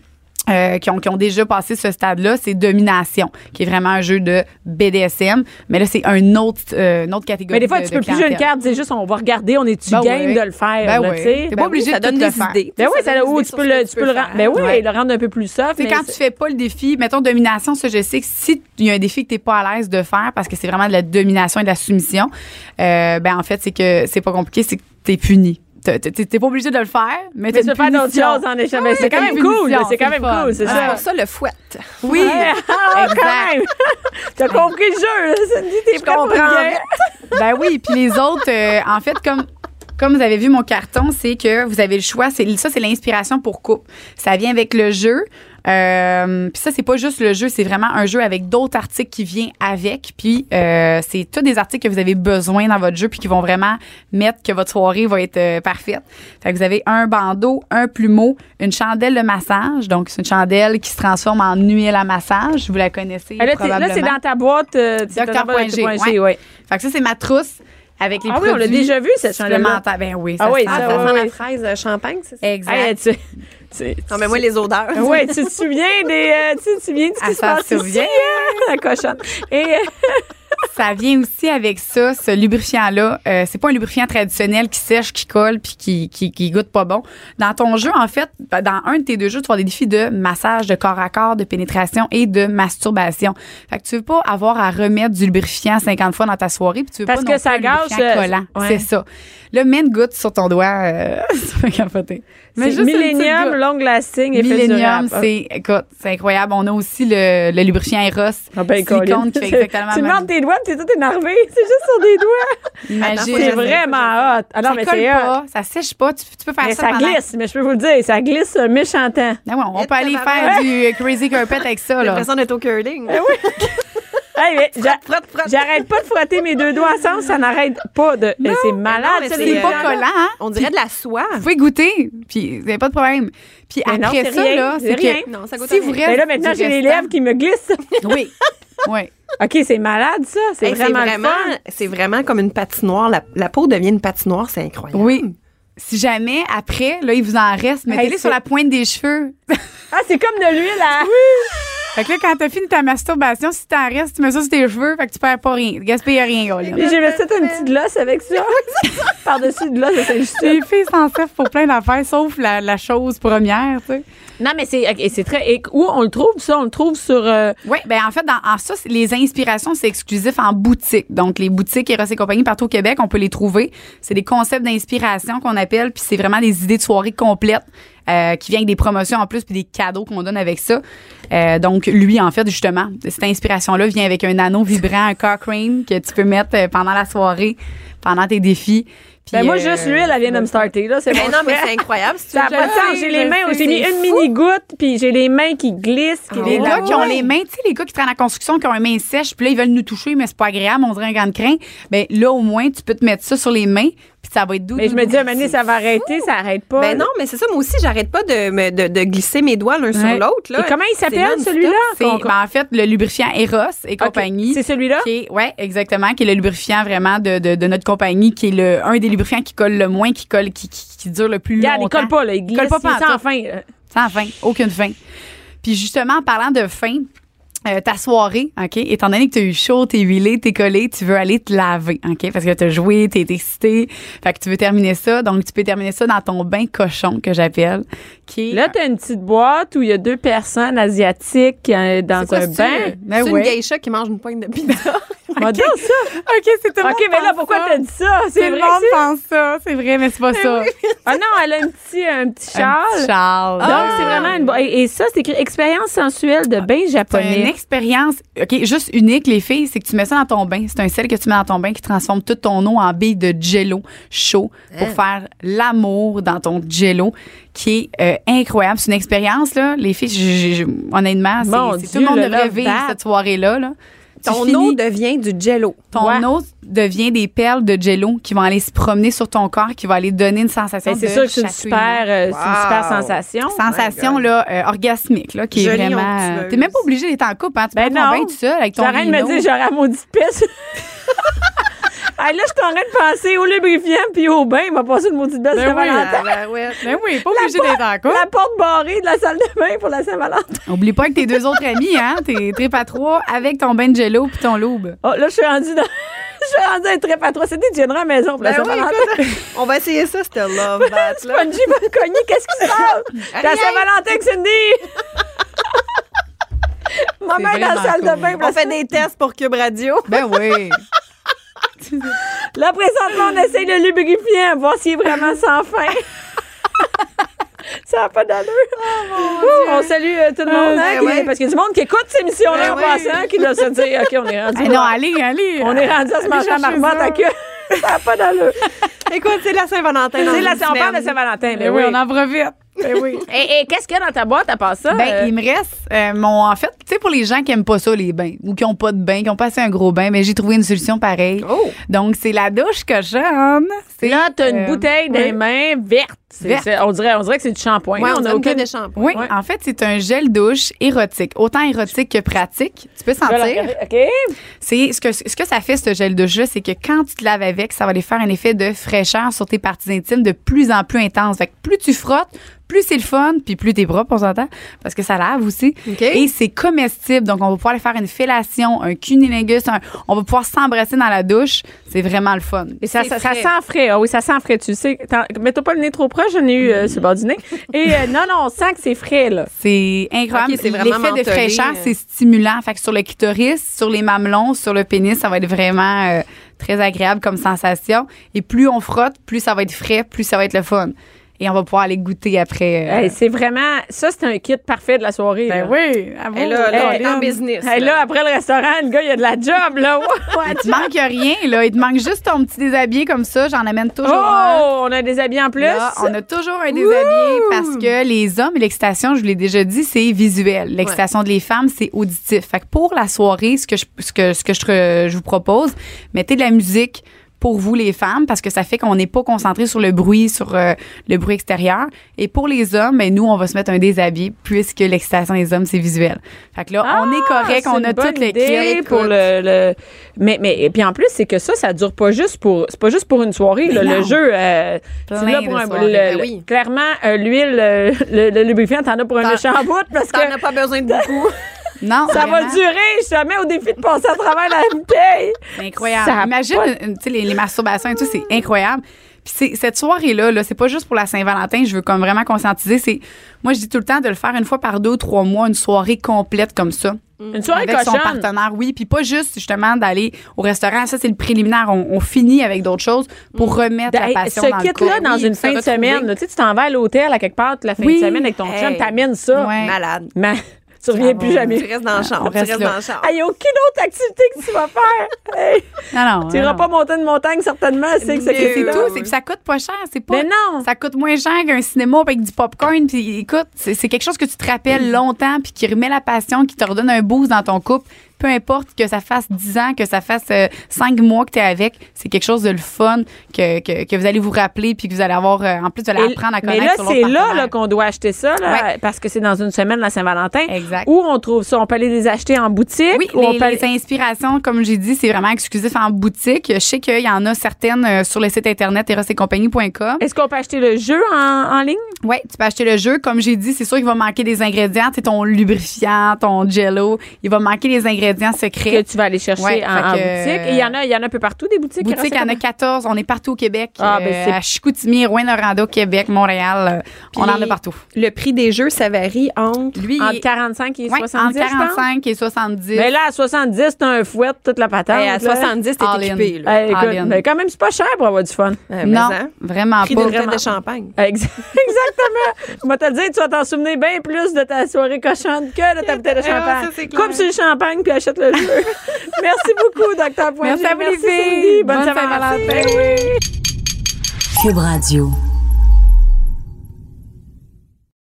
Speaker 6: euh, qui, ont, qui ont déjà passé ce stade-là, c'est Domination, qui est vraiment un jeu de BDSM. Mais là, c'est un autre, euh, une autre catégorie.
Speaker 3: Mais des fois,
Speaker 6: de-
Speaker 3: tu
Speaker 6: de
Speaker 3: peux plus jouer une
Speaker 6: clientèle.
Speaker 3: carte, c'est juste on va regarder, on est-tu
Speaker 6: Ben
Speaker 3: game
Speaker 6: oui.
Speaker 3: de le faire,
Speaker 6: Ben
Speaker 3: là,
Speaker 6: oui.
Speaker 3: tu sais.
Speaker 6: T'es pas obligé
Speaker 5: ça
Speaker 6: de
Speaker 5: donne
Speaker 6: tout
Speaker 5: des
Speaker 6: le faire.
Speaker 5: idées.
Speaker 3: Ben oui,
Speaker 5: Ça
Speaker 3: ça,
Speaker 5: donne
Speaker 3: ou
Speaker 5: des
Speaker 3: tu
Speaker 5: idées
Speaker 3: peux
Speaker 5: sur ce
Speaker 3: le,
Speaker 5: que
Speaker 3: tu peux le
Speaker 5: faire.
Speaker 3: rendre. Ben oui,
Speaker 6: Ouais.
Speaker 3: le rendre un peu plus soft.
Speaker 6: C'est
Speaker 3: mais
Speaker 6: quand tu fais pas le défi, mettons domination, ça je sais que si il y a un défi que t'es pas à l'aise de faire parce que c'est vraiment de la domination et de la soumission, euh, ben en fait c'est que c'est pas compliqué, c'est que t'es puni. T'es t'es- t'es pas obligé de le faire,
Speaker 3: Mais
Speaker 6: mais t'as
Speaker 3: tu
Speaker 6: une
Speaker 3: peux faire d'autres
Speaker 6: punition.
Speaker 3: choses en échange.
Speaker 6: Ah
Speaker 3: Ben,
Speaker 6: oui,
Speaker 3: c'est quand
Speaker 6: t'as
Speaker 3: même
Speaker 6: une
Speaker 3: cool, là,
Speaker 6: punition,
Speaker 3: c'est quand même
Speaker 6: le fun. Ah,
Speaker 3: cool, c'est
Speaker 5: C'est
Speaker 3: ça.
Speaker 5: pour ça le fouette.
Speaker 6: Oui,
Speaker 3: Ah,
Speaker 6: Exact.
Speaker 3: quand même! T'as compris le jeu, là, Cindy, t'es prêt pour le
Speaker 5: comprends.
Speaker 3: game?
Speaker 6: ben oui, puis les autres, euh, en fait, comme comme vous avez vu mon carton, c'est que vous avez le choix. C'est ça, c'est l'inspiration pour couple. Ça vient avec le jeu. Euh, puis ça, c'est pas juste le jeu, c'est vraiment un jeu avec d'autres articles qui vient avec. Puis euh, c'est tous des articles que vous avez besoin dans votre jeu, puis qui vont vraiment mettre que votre soirée va être euh, parfaite. Fait que vous avez un bandeau, un plumeau, une chandelle de massage. Donc c'est une chandelle qui se transforme en huile à massage. Vous la connaissez
Speaker 3: Ah, Là, t'es-
Speaker 6: probablement.
Speaker 3: là, c'est dans ta boîte. euh, c'est dans ta boîte
Speaker 6: Docteur.g,
Speaker 3: Docteur.g,
Speaker 6: ouais.
Speaker 3: ouais.
Speaker 6: Fait que ça, c'est ma trousse avec les
Speaker 3: Ah oui,
Speaker 6: produits.
Speaker 3: on l'a déjà vu, cette chandelle-là.
Speaker 6: supplémentaires. Ben oui,
Speaker 3: Ah oui,
Speaker 6: sent
Speaker 3: ça,
Speaker 6: la
Speaker 3: ouais,
Speaker 5: Ça
Speaker 6: femme.
Speaker 5: sent
Speaker 3: ouais.
Speaker 5: la fraise euh, champagne, c'est ça?
Speaker 6: Exact.
Speaker 3: Hey, tu, tu- Ah
Speaker 5: Non, mais moi, les odeurs.
Speaker 3: Ouais, tu te souviens des. euh, tu te souviens de ce
Speaker 6: Elle
Speaker 3: qui se
Speaker 6: s'en
Speaker 3: passe ici,
Speaker 6: souvient.
Speaker 3: hein, la cochonne. Et euh,
Speaker 6: ça vient aussi avec ça, ce lubrifiant-là. Euh, c'est pas un lubrifiant traditionnel qui sèche, qui colle, puis qui, qui, qui goûte pas bon. Dans ton jeu, en fait, ben, dans un de tes deux jeux, tu vas avoir des défis de massage, de corps à corps, de pénétration et de masturbation. Fait que tu veux pas avoir à remettre du lubrifiant 50 fois dans ta soirée, puis tu veux
Speaker 3: Parce
Speaker 6: pas
Speaker 3: que
Speaker 6: non
Speaker 3: ça
Speaker 6: plus un
Speaker 3: gâche,
Speaker 6: lubrifiant
Speaker 3: euh,
Speaker 6: collant.
Speaker 3: ouais.
Speaker 6: C'est ça. Le mène goutte sur ton doigt, euh, ça fait capoter. Mais
Speaker 3: c'est
Speaker 6: juste une petite
Speaker 3: Millennium,
Speaker 6: goutte.
Speaker 3: long lasting, effet
Speaker 6: Millennium,
Speaker 3: durable.
Speaker 6: c'est écoute, c'est incroyable. On a aussi le, le lubrifiant Eros,
Speaker 3: Ah ben, Colin,
Speaker 6: silicone qui fait exactement
Speaker 3: Tu me
Speaker 6: la même Ah,
Speaker 3: montres tes doigts, t'es tout énervé. C'est juste sur des doigts.
Speaker 6: Imagine.
Speaker 3: C'est vraiment hot. Ah non,
Speaker 6: ça
Speaker 3: mais
Speaker 6: colle
Speaker 3: c'est hot.
Speaker 6: pas, ça sèche pas, tu, tu peux faire
Speaker 3: Mais
Speaker 6: ça.
Speaker 3: ça
Speaker 6: pendant-
Speaker 3: glisse, mais je peux vous le dire, ça glisse un méchant temps.
Speaker 6: Ah ouais, on peut
Speaker 5: Et
Speaker 6: aller
Speaker 5: ça va
Speaker 6: faire du euh, crazy carpet avec ça
Speaker 5: J'ai
Speaker 6: là.
Speaker 5: l'impression d'être au curling.
Speaker 3: Hey, mais j'a-
Speaker 5: Frotte, frotte.
Speaker 3: J'arrête pas de frotter mes deux doigts ensemble, ça n'arrête pas de. Eh, c'est malade,
Speaker 5: mais
Speaker 3: ça,
Speaker 5: c'est euh,
Speaker 3: les
Speaker 6: C'est pas
Speaker 3: gens.
Speaker 6: collant. Hein?
Speaker 5: On dirait de la soie.
Speaker 6: Vous pouvez goûter, puis vous avez pas de problème. Puis
Speaker 3: Mais non,
Speaker 6: après
Speaker 3: c'est
Speaker 6: ça
Speaker 3: rien,
Speaker 6: là,
Speaker 3: c'est
Speaker 6: c'est
Speaker 3: rien.
Speaker 6: que
Speaker 5: Non, ça goûte
Speaker 6: si
Speaker 5: à
Speaker 6: vous
Speaker 5: rien.
Speaker 6: restez
Speaker 3: Mais là, maintenant, j'ai les lèvres qui me glissent.
Speaker 6: Oui. oui.
Speaker 3: OK, c'est malade, ça. C'est
Speaker 5: Hey,
Speaker 3: vraiment, le fun.
Speaker 5: c'est vraiment comme une patinoire. La, la peau devient une patinoire, c'est incroyable.
Speaker 6: Oui. Si jamais après là, il vous en reste, mettez-les
Speaker 3: c'est-
Speaker 6: sur la pointe des cheveux.
Speaker 3: Ah, c'est comme de l'huile à.
Speaker 6: fait que là quand t'as fini ta masturbation, si t'en restes, tu mets ça sur tes cheveux, fait que tu perds pas rien, tu gaspilles rien gars, là.
Speaker 3: J'ai fait une petite glosse avec ça. Par-dessus de gloss de Saint-Justine.
Speaker 6: Les filles s'en servent pour plein d'affaires sauf la, la chose première, tu sais.
Speaker 3: Non, mais c'est ok, c'est très. et où on le trouve, ça? On le trouve sur. euh,
Speaker 6: Oui, ben en fait, dans, en ça, c'est- les inspirations, c'est exclusif en boutique. Donc, les boutiques Eros et compagnie partout au Québec, on peut les trouver. C'est des concepts d'inspiration qu'on appelle, puis c'est vraiment des idées de soirée complètes euh, qui viennent avec des promotions en plus, puis des cadeaux qu'on donne avec ça. Euh, donc, lui, en fait, justement, cette inspiration-là vient avec un anneau vibrant, un Cochrane que tu peux mettre euh, pendant la soirée, pendant tes défis. Puis,
Speaker 3: ben, moi,
Speaker 6: euh,
Speaker 3: juste l'huile, elle vient de me starter, là. C'est
Speaker 5: Mais
Speaker 6: Ben
Speaker 3: bon,
Speaker 5: non,
Speaker 3: je
Speaker 5: mais
Speaker 3: fais.
Speaker 5: c'est incroyable. Si tu
Speaker 3: Ça n'a
Speaker 5: veux,
Speaker 3: pas
Speaker 5: je
Speaker 3: de
Speaker 5: le
Speaker 3: sens.
Speaker 5: sais,
Speaker 3: J'ai
Speaker 5: je
Speaker 3: les
Speaker 5: le
Speaker 3: mains,
Speaker 5: sais,
Speaker 3: j'ai mis
Speaker 5: c'est
Speaker 3: une
Speaker 5: fou.
Speaker 3: mini goutte, puis j'ai les mains qui glissent. qui-
Speaker 5: Ah ouais.
Speaker 6: Les gars qui ont les mains, tu sais, les gars qui traînent en construction, qui ont les mains sèches, puis là, ils veulent nous toucher, mais c'est pas agréable, on dirait un gant de crin. Ben, là, au moins, tu peux te mettre ça sur les mains, puis ça va être doux.
Speaker 3: Mais Ben, je me
Speaker 6: doux,
Speaker 3: dis, à un
Speaker 6: doux.
Speaker 3: moment donné, ça va arrêter, ça arrête pas.
Speaker 5: Ben non, mais c'est ça, moi aussi, j'arrête pas de, me- de, de glisser mes doigts l'un sur
Speaker 6: Ouais.
Speaker 5: l'autre. là.
Speaker 3: Et comment il
Speaker 5: C'est
Speaker 3: s'appelle,
Speaker 5: non-stop.
Speaker 3: celui-là?
Speaker 6: C'est-
Speaker 3: Qu'on-
Speaker 6: ben, en fait, le lubrifiant Eros et
Speaker 3: OK,
Speaker 6: compagnie.
Speaker 3: C'est celui-là?
Speaker 6: Qui est- ouais, exactement, qui est le lubrifiant vraiment de, de, de notre compagnie, qui est le, un des lubrifiants qui colle le moins, qui colle, qui, qui, qui dure le plus
Speaker 3: Regarde, il
Speaker 6: longtemps.
Speaker 3: colle pas, là. Il glisse.
Speaker 6: Colle pas
Speaker 3: il est euh,
Speaker 6: pantoute.
Speaker 3: sans fin. là.
Speaker 6: Sans fin, aucune fin. Puis justement, en parlant de fin, euh, ta soirée, OK, étant donné que tu as eu chaud, t'es huilé, t'es collé, tu veux aller te laver, OK, parce que t'as joué, t'es excité, fait que tu veux terminer ça, donc tu peux terminer ça dans ton bain cochon que j'appelle, qui est...
Speaker 3: Là, t'as une petite boîte où il y a deux personnes asiatiques euh, dans
Speaker 5: C'est quoi,
Speaker 3: un
Speaker 5: c'est-tu-
Speaker 3: bain.
Speaker 6: Ben
Speaker 5: C'est une
Speaker 6: ouais.
Speaker 5: geisha qui mange une poigne de pizza.
Speaker 3: M'a dit ça.
Speaker 6: OK, c'est tout le
Speaker 3: OK,
Speaker 6: monde
Speaker 3: mais là,
Speaker 6: pense
Speaker 3: pourquoi
Speaker 6: ça.
Speaker 3: t'as dit ça? C'est
Speaker 6: Tout le
Speaker 3: vrai
Speaker 6: monde
Speaker 3: que c'est-
Speaker 6: pense ça, c'est vrai, mais c'est pas ça.
Speaker 3: Ah non, elle a un petit, un petit
Speaker 6: Un
Speaker 3: châle.
Speaker 6: petit Charles.
Speaker 3: Donc, c'est vraiment une. bo- Et, et ça, c'est écrit expérience sensuelle de bain
Speaker 6: C'est une
Speaker 3: japonais.
Speaker 6: expérience, OK, juste unique, les filles, c'est que tu mets ça dans ton bain. C'est un sel que tu mets dans ton bain qui transforme toute ton eau en bille de jello chaud
Speaker 3: Eh.
Speaker 6: pour faire l'amour dans ton jello qui est euh, incroyable. C'est une expérience, là, les filles, je- je- je- honnêtement, c'est-
Speaker 3: Mon
Speaker 6: c'est
Speaker 3: Dieu,
Speaker 6: tout le monde
Speaker 3: le
Speaker 6: devrait
Speaker 3: love
Speaker 6: vivre
Speaker 3: bath.
Speaker 6: cette soirée-là. Là. Tu
Speaker 5: Ton
Speaker 6: finis-
Speaker 5: eau devient du jello.
Speaker 6: ton
Speaker 3: Ouais.
Speaker 6: eau devient des perles de jello qui vont aller se promener sur ton corps, qui vont aller donner une sensation
Speaker 3: Ben, C'est
Speaker 6: de
Speaker 3: sûr que c'est une
Speaker 6: chatouillement.
Speaker 3: super, euh, c'est une super
Speaker 5: Wow.
Speaker 3: sensation.
Speaker 6: sensation là, euh, orgasmique là, qui
Speaker 5: Jolie
Speaker 6: est vraiment. euh,
Speaker 5: onctueuse.
Speaker 6: T'es même pas obligé d'être en couple, hein. Tu
Speaker 3: Ben
Speaker 6: peux prendre ton
Speaker 3: non.
Speaker 6: bain tout seul avec ton
Speaker 3: J'arrête de me
Speaker 6: lino.
Speaker 3: dire, j'aurais un maudit pisse. Ah, là, je suis en train de penser au lubrifiant puis au bain. Il m'a passé une maudite belle Saint-Valentin.
Speaker 6: ben, ouais. Ben oui, pas obligé d'être en couple.
Speaker 3: La porte barrée de la salle de bain pour la Saint-Valentin.
Speaker 6: Oublie pas que tes deux autres amis, hein, t'es trip à trois avec ton ben jello puis ton loube.
Speaker 3: Oh, là, je suis rendue dans. Je suis rendue à un trip à trois. C'est des tiendras à la maison pour la
Speaker 5: Ben oui,
Speaker 3: Saint-Valentin.
Speaker 5: écoute, on va essayer ça, c'était love bat. là.
Speaker 3: Spongy va me cogner. Qu'est-ce qui se passe? T'es à Saint-Valentin avec Cindy! Ma mère dans la
Speaker 6: vraiment
Speaker 3: salle de
Speaker 6: cool.
Speaker 3: bain.
Speaker 5: On fait des tests pour Cube Radio.
Speaker 6: Ben oui.
Speaker 3: Là, présentement, on essaye le lubrifiant, voir s'il est vraiment sans fin. Ça n'a pas d'allure. Ouh, on salue euh, tout le monde, hein,
Speaker 5: ben
Speaker 3: qui-
Speaker 5: ouais.
Speaker 3: parce qu'il y a du monde qui écoute ces missions-là
Speaker 5: Ben
Speaker 3: en
Speaker 5: oui.
Speaker 3: passant, qui doit se dire OK, on est rendu,
Speaker 6: Eh non, allez, allez.
Speaker 3: on est rendu à se manger à
Speaker 6: chercher
Speaker 3: marmotte
Speaker 6: ça.
Speaker 3: à queue. Ça n'a pas d'allure.
Speaker 5: Écoute, c'est la Saint-Valentin.
Speaker 3: Tu
Speaker 5: dans
Speaker 3: sais, là,
Speaker 5: une
Speaker 3: on parle de
Speaker 5: semaine.
Speaker 3: Saint-Valentin.
Speaker 6: Ben oui, on en profite.
Speaker 3: Ben oui. Et, et qu'est-ce qu'il y a dans ta boîte à part ça?
Speaker 6: Ben,
Speaker 3: Euh,
Speaker 6: il me reste euh, mon. En fait, tu sais, pour les gens qui aiment pas ça, les bains, ou qui ont pas de bain, qui ont passé un gros bain, mais j'ai trouvé une solution pareille.
Speaker 5: Oh.
Speaker 6: Donc, c'est la douche cochonne. C'est,
Speaker 3: Là, t'as une
Speaker 6: euh,
Speaker 3: bouteille dans
Speaker 6: oui.
Speaker 3: les mains verte. C'est-
Speaker 6: Verte.
Speaker 3: c'est- on, dirait, on dirait que c'est du shampoing.
Speaker 5: Ouais,
Speaker 3: Là,
Speaker 5: on
Speaker 3: a
Speaker 5: a aucune
Speaker 3: aucune-
Speaker 5: de shampoing.
Speaker 6: Oui,
Speaker 3: Ouais.
Speaker 6: en fait, c'est un gel douche érotique. Autant érotique que pratique. Tu peux
Speaker 3: Je vais la
Speaker 6: sentir.
Speaker 3: regarder. OK.
Speaker 6: C'est ce que, ce que ça fait, ce gel douche-là, c'est que quand tu te laves avec, ça va aller faire un effet de fraîcheur sur tes parties intimes de plus en plus intense. Fait que plus tu frottes, plus c'est le fun, puis plus t'es propre, on s'entend, parce que ça lave aussi.
Speaker 5: OK.
Speaker 6: Et c'est comestible, donc on va pouvoir aller faire une fellation, un cunilingus, un- on va pouvoir s'embrasser dans la douche. C'est vraiment le fun.
Speaker 3: Et ça,
Speaker 5: C'est
Speaker 3: ça, ça
Speaker 5: frais.
Speaker 3: sent frais. Ah oui, ça sent frais. Tu sais, t'en- mets-toi pas le nez trop proche. J'en ai eu euh, sur le bord du nez. Et euh, non, non, on sent que c'est frais, là.
Speaker 6: C'est incroyable.
Speaker 5: Ok, c'est vraiment
Speaker 6: L'effet de
Speaker 5: mentholé,
Speaker 6: fraîcheur,
Speaker 5: euh.
Speaker 6: c'est stimulant. Fait que sur le clitoris, sur les mamelons, sur le pénis, ça va être vraiment euh, très agréable comme sensation. Et plus on frotte, plus ça va être frais, plus ça va être le fun. Et on va pouvoir aller goûter après. euh.
Speaker 3: Hey, c'est vraiment. Ça, c'est un kit parfait de la soirée.
Speaker 6: ben
Speaker 3: là.
Speaker 6: oui, à vous.
Speaker 5: Et là, là,
Speaker 3: Hey, um,
Speaker 5: on est en business.
Speaker 3: Hey, là, après le restaurant, le gars, il a de la job, là. Ouais, ouais.
Speaker 6: Il te manque rien, là. Il te manque juste ton petit déshabillé comme ça. J'en amène toujours un.
Speaker 3: Oh, on a des habits en plus.
Speaker 6: Là, on a toujours un déshabillé parce que les hommes, l'excitation, je vous l'ai déjà dit, c'est visuel. L'excitation des femmes, c'est auditif. Fait que pour la soirée, ce que je, ce que, ce que je, te- je vous propose, mettez de la musique pour vous les femmes parce que ça fait qu'on n'est pas concentré sur le bruit sur euh, le bruit extérieur et pour les hommes ben nous on va se mettre un déshabillé puisque l'excitation des hommes c'est visuel. Fait que là on est
Speaker 3: Ah,
Speaker 6: correct,
Speaker 3: c'est
Speaker 6: on
Speaker 3: une
Speaker 6: a
Speaker 3: bonne
Speaker 6: tout le
Speaker 3: idée
Speaker 6: kit.
Speaker 3: pour le, le- mais mais et puis en plus c'est que ça ça dure pas juste pour c'est pas juste pour une soirée là, le
Speaker 6: non.
Speaker 3: jeu euh,
Speaker 6: Plein
Speaker 3: c'est là
Speaker 6: de
Speaker 3: pour un,
Speaker 6: soirées,
Speaker 3: le-
Speaker 5: ben oui.
Speaker 3: clairement euh, l'huile euh, le, le lubrifiant t'en as pour un
Speaker 5: T'en-
Speaker 3: méchant bout parce que
Speaker 5: T'en as pas besoin de beaucoup.
Speaker 6: Non,
Speaker 3: ça va
Speaker 6: vraiment.
Speaker 3: durer je te mets au défi de passer à travers la bouteille
Speaker 6: C'est incroyable.
Speaker 3: Ça a
Speaker 6: Imagine
Speaker 3: pas-
Speaker 6: une- tu sais, les, les masturbations et tout, c'est incroyable. Puis c'est- cette soirée-là, là, c'est pas juste pour la Saint-Valentin, je veux comme vraiment conscientiser. C'est, moi, je dis tout le temps de le faire une fois par deux ou trois mois, une soirée complète comme ça.
Speaker 3: une Mmh. soirée
Speaker 6: Mm. avec son
Speaker 3: cochonne
Speaker 6: partenaire, oui. Puis pas juste, justement, d'aller au restaurant. Ça, c'est le préliminaire. On, on finit avec d'autres choses pour remettre la
Speaker 3: ben, Hey,
Speaker 6: passion
Speaker 3: Mmh. ce
Speaker 6: dans le
Speaker 3: kit-là,
Speaker 6: corps.
Speaker 3: dans
Speaker 6: Oui,
Speaker 3: une
Speaker 6: se
Speaker 3: fin de
Speaker 6: retrouver.
Speaker 3: semaine, là, tu sais, tu t'en vas à l'hôtel à quelque part la fin
Speaker 6: Oui.
Speaker 3: de semaine avec ton chum,
Speaker 5: Hey.
Speaker 3: t'amènes ça.
Speaker 6: Ouais.
Speaker 5: Malade.
Speaker 3: Mais tu reviens plus jamais.
Speaker 5: Tu restes dans le
Speaker 6: On
Speaker 5: champ. Tu
Speaker 6: reste
Speaker 5: restes
Speaker 6: là.
Speaker 5: dans le champ.
Speaker 3: Il n'y a aucune autre activité que tu vas faire. Hey.
Speaker 6: Non, non,
Speaker 3: Tu n'iras
Speaker 6: non.
Speaker 3: pas monter une montagne, certainement, c'est que c'est
Speaker 5: Mais
Speaker 6: C'est
Speaker 5: Euh,
Speaker 6: tout.
Speaker 5: ouais.
Speaker 6: c'est- puis ça coûte pas cher. C'est pas.
Speaker 3: Mais non.
Speaker 6: Ça coûte moins cher qu'un cinéma avec du popcorn. Puis écoute, c'est c'est quelque chose que tu te rappelles longtemps, puis qui remet la passion, qui te redonne un boost dans ton couple. Peu importe que ça fasse 10 ans, que ça fasse 5 mois que tu es avec, c'est quelque chose de le fun que, que, que vous allez vous rappeler, puis que vous allez avoir, euh, en plus, de
Speaker 3: Et-
Speaker 6: l'apprendre à
Speaker 3: Mais
Speaker 6: connaître.
Speaker 3: là,
Speaker 6: sur l'autre
Speaker 3: c'est là,
Speaker 6: partenaire.
Speaker 3: là, qu'on doit acheter ça, là,
Speaker 6: Ouais.
Speaker 3: parce que c'est dans une semaine, la Saint-Valentin.
Speaker 6: Exact.
Speaker 3: Où on trouve ça? On peut aller les acheter en boutique?
Speaker 6: Oui,
Speaker 3: ou on
Speaker 6: les,
Speaker 3: peut aller-
Speaker 6: les inspirations, comme j'ai dit, c'est vraiment exclusif en boutique. Je sais qu'il y en a certaines euh, sur le site internet erosetcompagnie.com.
Speaker 3: Est-ce qu'on peut acheter le jeu en, en ligne?
Speaker 6: Oui, tu peux acheter le jeu. Comme j'ai dit, c'est sûr qu'il va manquer des ingrédients. C'est ton lubrifiant, ton jello. Il va manquer les ingrédients
Speaker 3: Que
Speaker 6: secrets.
Speaker 3: tu vas aller chercher
Speaker 6: Ouais,
Speaker 3: en,
Speaker 6: fait
Speaker 3: en
Speaker 6: que-
Speaker 3: boutique. Et il y en a, il y en a un peu partout, des boutiques.
Speaker 6: Boutique, il y en a 14. On est partout au Québec. euh,
Speaker 3: Ah, ben, c'est-
Speaker 6: à Chicoutimi, Rouyn-Noranda, Québec, Montréal. Euh,
Speaker 5: Puis
Speaker 6: on en
Speaker 5: les-
Speaker 6: a partout.
Speaker 5: Le prix des jeux, ça varie entre.
Speaker 6: Lui, il
Speaker 3: Entre
Speaker 6: est-
Speaker 3: 45 et
Speaker 6: ouais,
Speaker 3: 70.
Speaker 6: entre
Speaker 3: je pense.
Speaker 6: 45 et 70.
Speaker 3: Mais là, à 70, t'as un fouet, toute la patate.
Speaker 5: Hey, Ben, à 70, t'es
Speaker 6: All in.
Speaker 5: équipé. Là.
Speaker 3: Hey, écoute,
Speaker 6: All in.
Speaker 3: mais quand même, c'est pas cher pour avoir du fun.
Speaker 5: Ouais, mais
Speaker 6: non,
Speaker 3: ben,
Speaker 5: hein,
Speaker 6: vraiment
Speaker 5: Prix
Speaker 6: pas.
Speaker 5: d'une bouteille de champagne.
Speaker 3: Ex- Exactement. Je vais te le dire, tu vas t'en souvenir bien plus de ta soirée cochonne que de ta bouteille de
Speaker 5: Ah,
Speaker 3: champagne.
Speaker 5: ça, c'est clair.
Speaker 3: Coupe sur le champagne puis achète le jeu. merci beaucoup, Dr. Poirier.
Speaker 6: Merci à vous, les filles.
Speaker 3: Cindy. Bonne,
Speaker 6: Bonne
Speaker 3: Saint-Valentin.
Speaker 6: Saint-Valentin.
Speaker 3: Oui.
Speaker 1: Cube Radio.